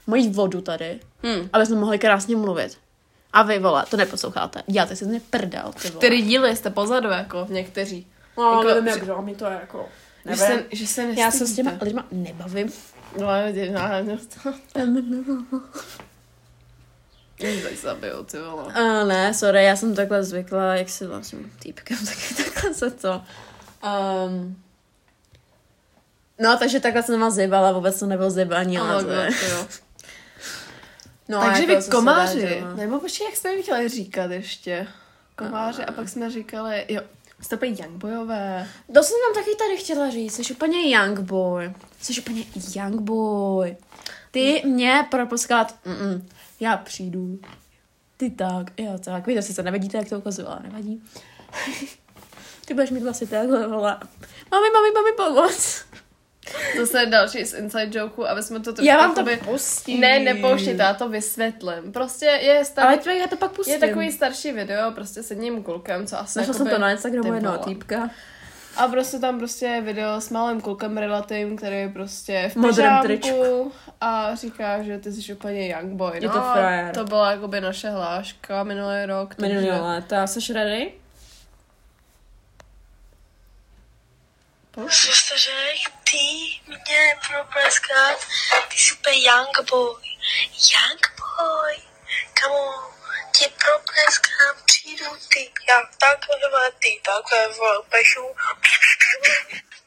B: moji vodu tady.
A: Hm.
B: Aby jsme mohli krásně mluvit. A vy, vole, to neposloucháte. Děláte si z mě prdel, ty vole.
A: Který díly jste pozadu, jako někteří.
B: No,
A: jako-
B: nevím, jak, že... mi to je jako...
A: Že
B: Nevím.
A: se, že se
B: Já se s těma
A: nestydíte.
B: lidma nebavím.
A: No, ale jdi, no, ale no, to...
B: [LAUGHS] no.
A: Mě tady zabijou, ty vole.
B: A ne, sorry, já jsem takhle zvykla, jak si vlastně týpkem, [LAUGHS] tak takhle se to. Um, no, takže takhle jsem vás zjebala, vůbec to nebyl zjebání,
A: Ano,
B: ale to je.
A: to jo.
B: No, a
A: Takže
B: jako,
A: vy
B: co se dá
A: komáři.
B: dělat?
A: Nebo počkej, jak jsme jim chtěli říkat ještě. Komáři a pak jsme říkali, jo, jste úplně youngbojové.
B: To jsem vám taky tady chtěla říct, jsi úplně young boy. Jsi úplně young boy. Ty mě propuskat, mm já přijdu. Ty tak, já tak. Víte, sice nevidíte, jak to ukazuju, ale nevadí. [LAUGHS] Ty budeš mít vlastně takhle, vole. Mami, mami, mami, pomoc.
A: Zase další z inside joku a vezmu to trošku
B: Já vám to
A: jakoby-
B: pustím.
A: Ne, nepouštět, já to vysvětlím. Prostě je starý,
B: Ale to já to pak pustím.
A: je takový starší video prostě s jedním klukem, co asi
B: Našla jsem
A: jakoby-
B: to na Instagramu
A: ty
B: jednoho
A: vole.
B: týpka.
A: A prostě tam prostě je video s malým klukem relativním, který je prostě v
B: Modrém
A: pyžámku
B: tričku.
A: a říká, že ty jsi úplně youngboy. No,
B: Je to
A: a
B: frajer.
A: To byla jakoby naše hláška minulý rok. takže-
B: Minulý léta. Jsi ready?
D: Co jste řekl? Ty mě probleskat, ty jsi úplně young boy. Young boy. Kamo, tě probleskám, přijdu ty. Já takhle, ty takhle, vole, pešu.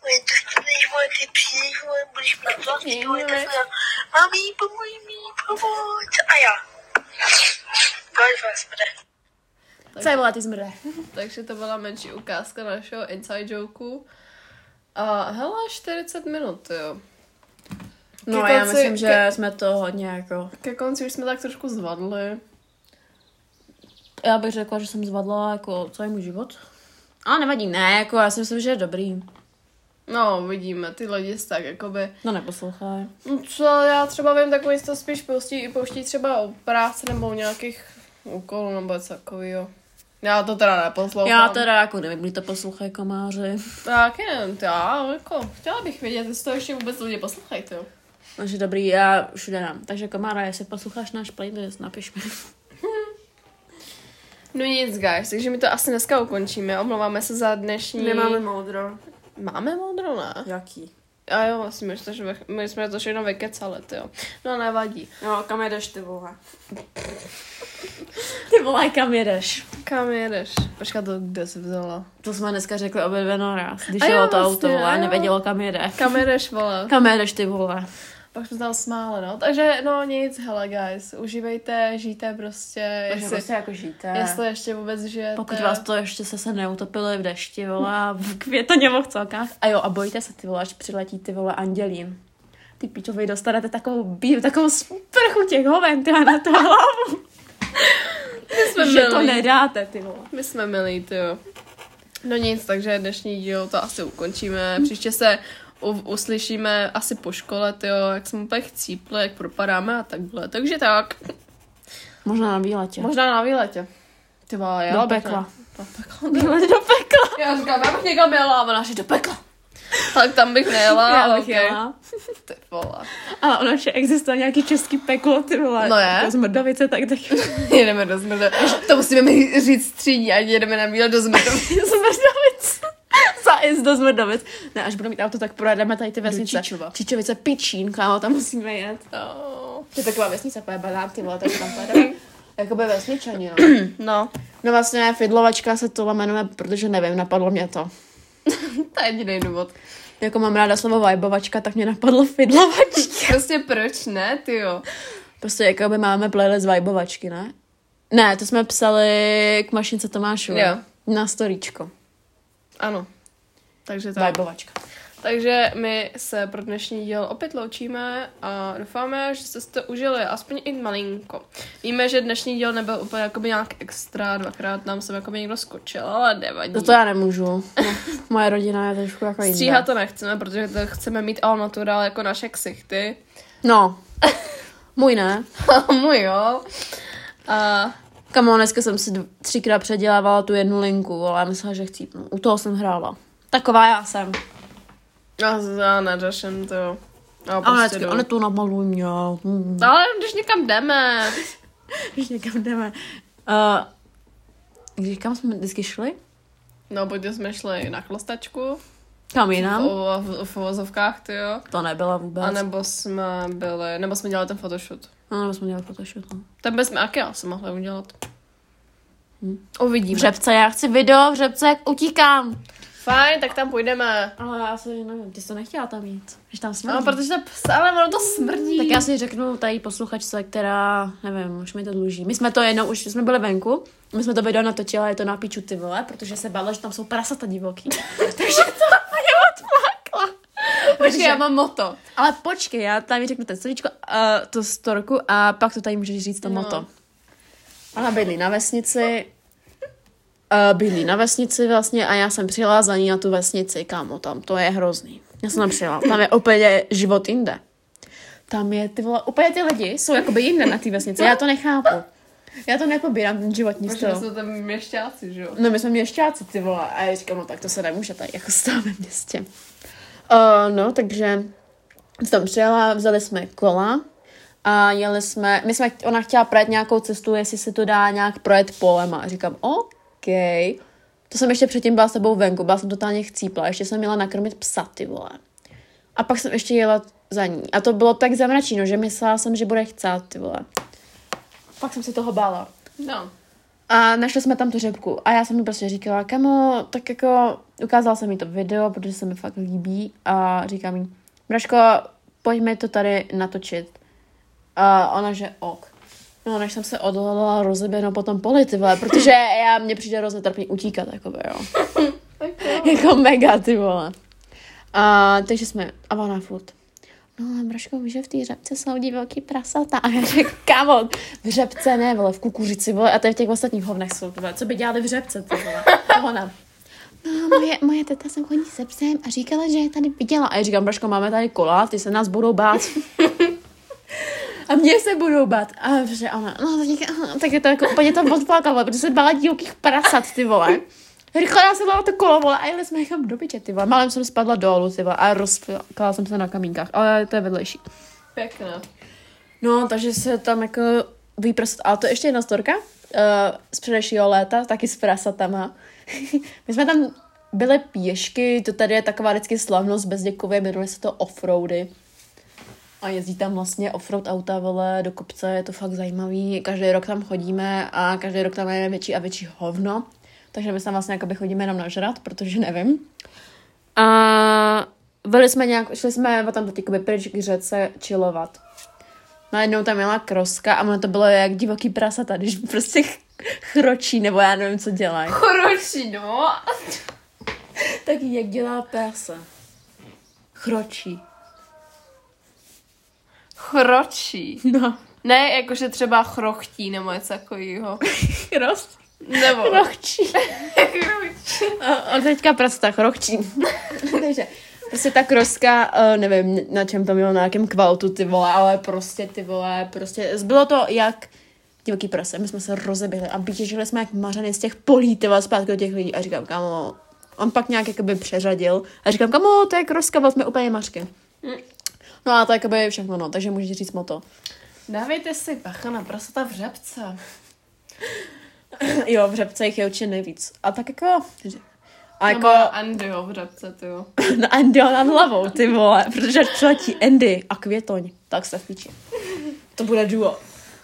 D: Moje tatiny, moje ty přijdeš, moje budeš mít vlastní, moje tatiny. Mami, pomůj mi, pomoc. A já. Bož vás, bude.
B: Co je volá ty zmrde?
A: Takže to byla menší ukázka našeho inside joku. A hele, 40 minut, jo.
B: No
A: Ke
B: já
A: konci-
B: myslím, že
A: ke-
B: jsme to hodně jako...
A: Ke konci už jsme tak trošku zvadli.
B: Já bych řekla, že jsem zvadla jako celý můj život. Ale nevadí, ne, jako já si myslím, že je dobrý.
A: No, uvidíme, ty lidi se tak jakoby...
B: No neposlouchaj.
A: Mm, Co já třeba vím, tak oni si to spíš pouští, pouští třeba o práci nebo o nějakých úkolů nebo něco takového. Já to teda neposlouchám.
B: Já teda jako nevím, kdy to poslouchají komáři. [LAUGHS]
A: Tak jen, já jako chtěla bych vědět, jestli to ještě vůbec lidi poslouchají, jo.
B: Takže dobrý, já všude dám. Takže komára, jestli posloucháš náš playlist, napiš [LAUGHS] mi.
A: No nic, guys, takže my to asi dneska ukončíme. Omlouváme se za dnešní...
B: moudro.
A: Máme moudro, ne?
B: Jaký?
A: A jo, vlastně my, jsme to- my jsme to všechno vykecali, jo. No nevadí.
B: No, kam jedeš ty vole? [LAUGHS] Ty vole, kam jedeš?
A: Kam jedeš? Počkat, to kde jsi vzala?
B: To jsme dneska řekli obě dvě naraz. Když
A: A jo,
B: jelo to
A: vlastně,
B: auto,
A: a
B: vole,
A: jo.
B: nevědělo kam jede.
A: Kam jedeš, vole?
B: Kam jedeš ty vole?
A: Pak jsme tam smáli, no. Takže, no nic, hele, guys. Užívejte, žijte prostě, jestli,
B: jako žijte.
A: jestli ještě vůbec žijete.
B: Pokud vás to ještě se se neutopili v dešti, vole, a v květoně celkách. A jo, a bojíte se, ty vole, až přiletí ty vole Andělín. Ty píčovi dostanete takovou bíl, takovou sprchu těch hoven, ty vole, na tu [LAUGHS] hlavu.
A: my jsme
B: že to
A: milí.
B: nedáte, ty vole.
A: My jsme milí, ty jo. No nic, takže dnešní díl to asi ukončíme. Příště se u- uslyšíme asi po škole, ty jo, jak jsme úplně chcípli, jak propadáme a takhle. Takže tak.
B: Možná na výletě.
A: Možná na výletě. Ty vole, já
B: do
A: bych
B: pekla.
A: ne- Do pekla.
B: Výlet do pekla.
A: Já říkám, já bych někam jela, a ona že do pekla. Tak tam bych nejela,
B: Já
A: ale
B: bych
A: okay.
B: jela.
A: Ty vole.
B: Ale ono, že existuje nějaký český peklo, ty vole.
A: No je.
B: jako Z Mrdovice, tak tak.
A: jedeme do Zmrdové. To musíme mi říct třídní, ať jedeme na výlet do Zmrdové.
B: [LAUGHS] z Mrdovic. Zájezd do Zmrdovic. Ne, až budu mít auto, tak projedeme tady ty vesnice.
A: Čičova.
B: Čičovice, Pičín, kámo, tam musíme jet.
A: No.
B: To je taková vesnice, to je banán, ty vole, tak tam pojedeme. Jakoby vesničani, no.
A: no.
B: Mhm. No vlastně ne, Fidlovačka se to jmenuje, protože nevím, napadlo mě to.
A: To je jediný důvod.
B: Jako mám ráda slovo vajbovačka, tak mě napadlo Fidlovačka. [LAUGHS]
A: Prostě proč ne, ty jo?
B: Prostě jakoby máme playlist vajbovačky, ne? Ne, to jsme psali k Mašince Tomášovi.
A: Jo.
B: Na storíčko.
A: Ano. Takže tak.
B: Vajbovačka.
A: Takže my se pro dnešní díl opět loučíme a doufáme, že jste si to užili, aspoň i malinko. Víme, že dnešní díl nebyl úplně jakoby nějak extra, dvakrát nám sem jakoby někdo skočil, ale nevadí.
B: To, to já nemůžu. [LAUGHS] No, moje rodina je trošku jako jinde.
A: Stříhat to nechceme, protože to chceme mít al natural jako naše ksichty.
B: [LAUGHS] No. Můj ne.
A: Můj jo. A
B: Kamo, dneska jsem si dv- třikrát předělávala tu jednu linku, ale myslela, že chcípnu. U toho jsem hrála. Taková já jsem.
A: já, já neřeším to. Já
B: Ale
A: prostě
B: vždycky,
A: jdu.
B: ale tu namaluj mě. [LAUGHS] Hmm.
A: Ale když někam jdeme.
B: Když někam jdeme. Uh, když kam jsme vždycky šli?
A: No, pojďte jsme šli na chlastačku.
B: Kam jinam?
A: O, v, v uvozovkách, ty jo.
B: To nebyla vůbec.
A: A nebo jsme byli, nebo jsme dělali ten photoshoot.
B: no, nebo jsme měli photoshoot. No.
A: Ten bychom aké asi mohli udělat. Uvidíme.
B: Řepce, já chci video, Řepce, utíkám.
A: Fajn, tak tam půjdeme.
B: Ale já si nevím, ty jsi to nechtěla tam jít. Když tam jsme.
A: No, protože to psa, ale ono to
B: Hmm.
A: smrdí.
B: Tak já si řeknu tady posluchačce, která, nevím, už mi to dluží. My jsme to jednou, už jsme byli venku, my jsme to video natočili, a je to na píču ty vole, protože se bála, že tam jsou prasata divoký. [LAUGHS] Takže to mě odplakla.
A: Počkej,
B: [LAUGHS]
A: já mám moto.
B: Ale počkej, já tady řeknu ten slovíčko, uh, tu storku a pak to tady můžeš říct to
A: No.
B: moto. Ona bydlí na vesnici, Eh, uh, bydlí na vesnici vlastně a já jsem přijela za ní na tu vesnici, kámo, tam to je hrozný. Já jsem tam přijela. Tam je úplně život jinde. Tam je, ty vole, úplně ty lidi jsou jakoby jinde na té vesnici. Já to nechápu. Já to nepobírám, ten životní
A: Protože
B: styl.
A: jsme tam měšťáci, že jo?
B: No my jsme měšťáci, ty vole. A já říkám, no tak to se nemůže tady jako stát ve městě. Uh, no, takže jsem tam přijela, vzali jsme kola a jeli jsme, my jsme, ona chtěla projet nějakou cestu, jestli se to dá nějak projet polem a říkám, OK. To jsem ještě předtím byla s tebou venku, byla jsem totálně chcípla, ještě jsem měla nakrmit psa, ty vole. A pak jsem ještě jela za ní. A to bylo tak zamračeno, že myslela jsem, že bude chcát, ty vole. Pak jsem se toho bála.
A: No.
B: A našli jsme tam tu řepku. A já jsem mi prostě říkala, kamo, tak jako ukázala jsem mi to video, protože se mi fakt líbí. A říká mi, Braško, pojďme to tady natočit. A ona, že ok. No, než jsem se odhodlala rozeběhnout po tom poli, ty vole, protože já, mně přijde hrozně trpný utíkat, jakoby, jo. jako mega, ty vole. A, takže jsme, a ona furt. No ale Braško, víš, že v té řepce jsou dí velký prasata. [LAUGHS] A já řekl, kamo, v řepce ne, vole, v kukuřici, vole, a tady v těch ostatních hovnech jsou, ty vole, co by dělali v řepce, ty vole. A ona, No, moje, moje teta sem chodí se psem a říkala, že je tady viděla. A já říkám, Braško, máme tady kola, ty se nás budou bát. A mě se budou bát. A že ona, no, tak, říká, aha, tak je to jako úplně to odplakala, protože se bála divokých prasat, ty vole. Rychle já se dala to kolo, vole, a jeli jsme někam do byče, ty vole. Málem jsem spadla dolů, ty vole, a rozplakala jsem se na kamínkách, ale to je vedlejší.
A: Pěkná.
B: No, takže se tam jako vyprst. A to ještě jedna storka uh, z předešlého léta, taky s prasatama. [LAUGHS] My jsme tam byli pěšky, to tady je taková vždycky slavnost bezděkově, jmenuje se to offroady. A jezdí tam vlastně offroad auta, vole, do kopce, je to fakt zajímavý. Každý rok tam chodíme a každý rok tam máme větší a větší hovno. Takže my se tam vlastně jakoby chodíme jenom nažrat, protože nevím. A byli jsme nějak, šli jsme tam teď jakoby pryč k řece chillovat. Najednou tam jela kroska a ono to bylo jak divoký prasata, když prostě ch- chročí, nebo já nevím, co dělají.
A: Choročí, no.
B: Tak jak dělá prasa. Chročí.
A: Chročí.
B: No.
A: Ne, jakože třeba chrochtí nebo něco takového.
B: Chrost.
A: Nebo...
B: Chrochčí.
A: Chročí.
B: A, a teďka prasta chrochčí. [LAUGHS] Takže prostě ta kroska, eh, nevím, na čem to mělo, na jakém kvaltu, ty vole, ale prostě, ty vole, prostě, bylo to jak divoký prase, my jsme se rozeběhli a běželi jsme jak mařeny z těch polí, ty vole, zpátky do těch lidí a říkám, kamo, on pak nějak jakoby přeřadil a říkám, kamo, to je kroska, vlastně úplně mařky. No a to jakoby všechno, no, takže můžeš říct moto.
A: Dávejte si bacha na prasata v řepce.
B: jo, v řepce jich je určitě nejvíc. A tak jako, a jako-
A: Nebo na Andy, jo, v řepce, ty jo.
B: No Andy ho nad hlavou, ty vole, protože až přiletí Andy a květoň, tak se v píči. To bude duo.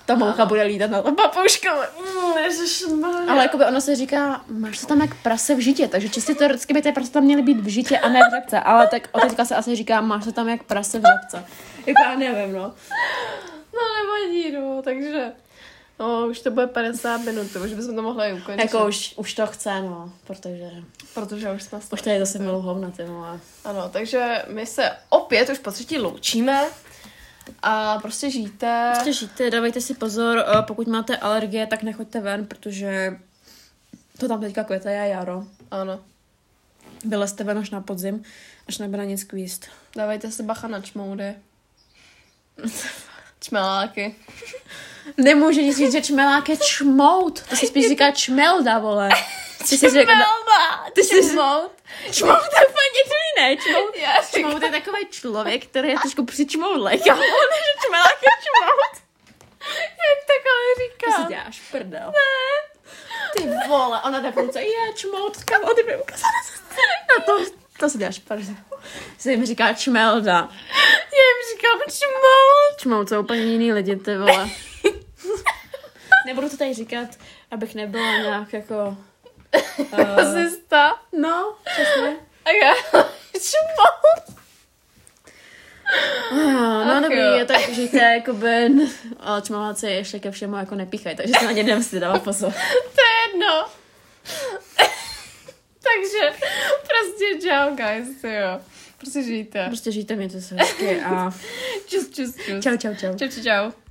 B: Ta moucha bude lítat na tom papouškama.
A: Mm, Ježišmarja.
B: Ale jakoby ono se říká, máš se tam jak prase v žitě, takže čistě teoreticky by ty prase tam měly být v žitě a ne v řepce, ale tak od teďka se asi říká, máš se tam jak prase v řepce. Jako já nevím, no.
A: No nevadí, no, takže... No, už to bude 50 minut, to už bychom to mohli ukončit.
B: Jako už, už to chce, no, protože
A: Protože už jsme stali.
B: už tady zase milou hovna, ty vole.
A: Ano, takže my se opět už po třetí loučíme. A prostě žijte.
B: Prostě žijte, dávejte si pozor, eh, pokud máte alergie, tak nechoďte ven, protože to tam teďka kvete je jaro.
A: Ano.
B: Byla jste ven až na podzim, až nebude nic kvíst.
A: Dávejte si bacha na čmoudy. [LAUGHS] Čmeláky.
B: Nemůže nic říct, že čmelák je čmout. To se spíš říká čmelda, vole. Ty jsi řekla, ty jsi řekla,
A: Čmout?
B: čmout je úplně něco jiné. Čmout,
A: Já říkám.
B: čmout je takový člověk, který je trošku přičmoudlek. Já vole, že čmelák je čmout.
A: Jak takhle
B: Ty si
A: říkám?
B: děláš prdel. Ty vole, ona jde půlce, je čmout, kamo, ty mi ukázala. No to, to si děláš prdel. Se jim říká čmelda.
A: Já jim říkám [LAUGHS] čmout.
B: Čmou, co úplně jiný lidi, ty vole. Nebudu to tady říkat, abych nebyla nějak jako... Uh,
A: [LAUGHS] Asista.
B: no, přesně.
A: A já [LAUGHS] čmout.
B: Ah, no
A: Ach
B: dobrý,
A: jo.
B: jo. tak žijte jako jakoby... Ale čmaláci ještě ke všemu jako nepíchají, takže se na ně nemusíte dávat pozor.
A: To je jedno. [LAUGHS] takže prostě čau, guys, jo. Prostě žijte.
B: Prostě žijte, mějte se hezky a
A: Čus, čus, čus.
B: čau, čau, čau.
A: Čau, čau, čau.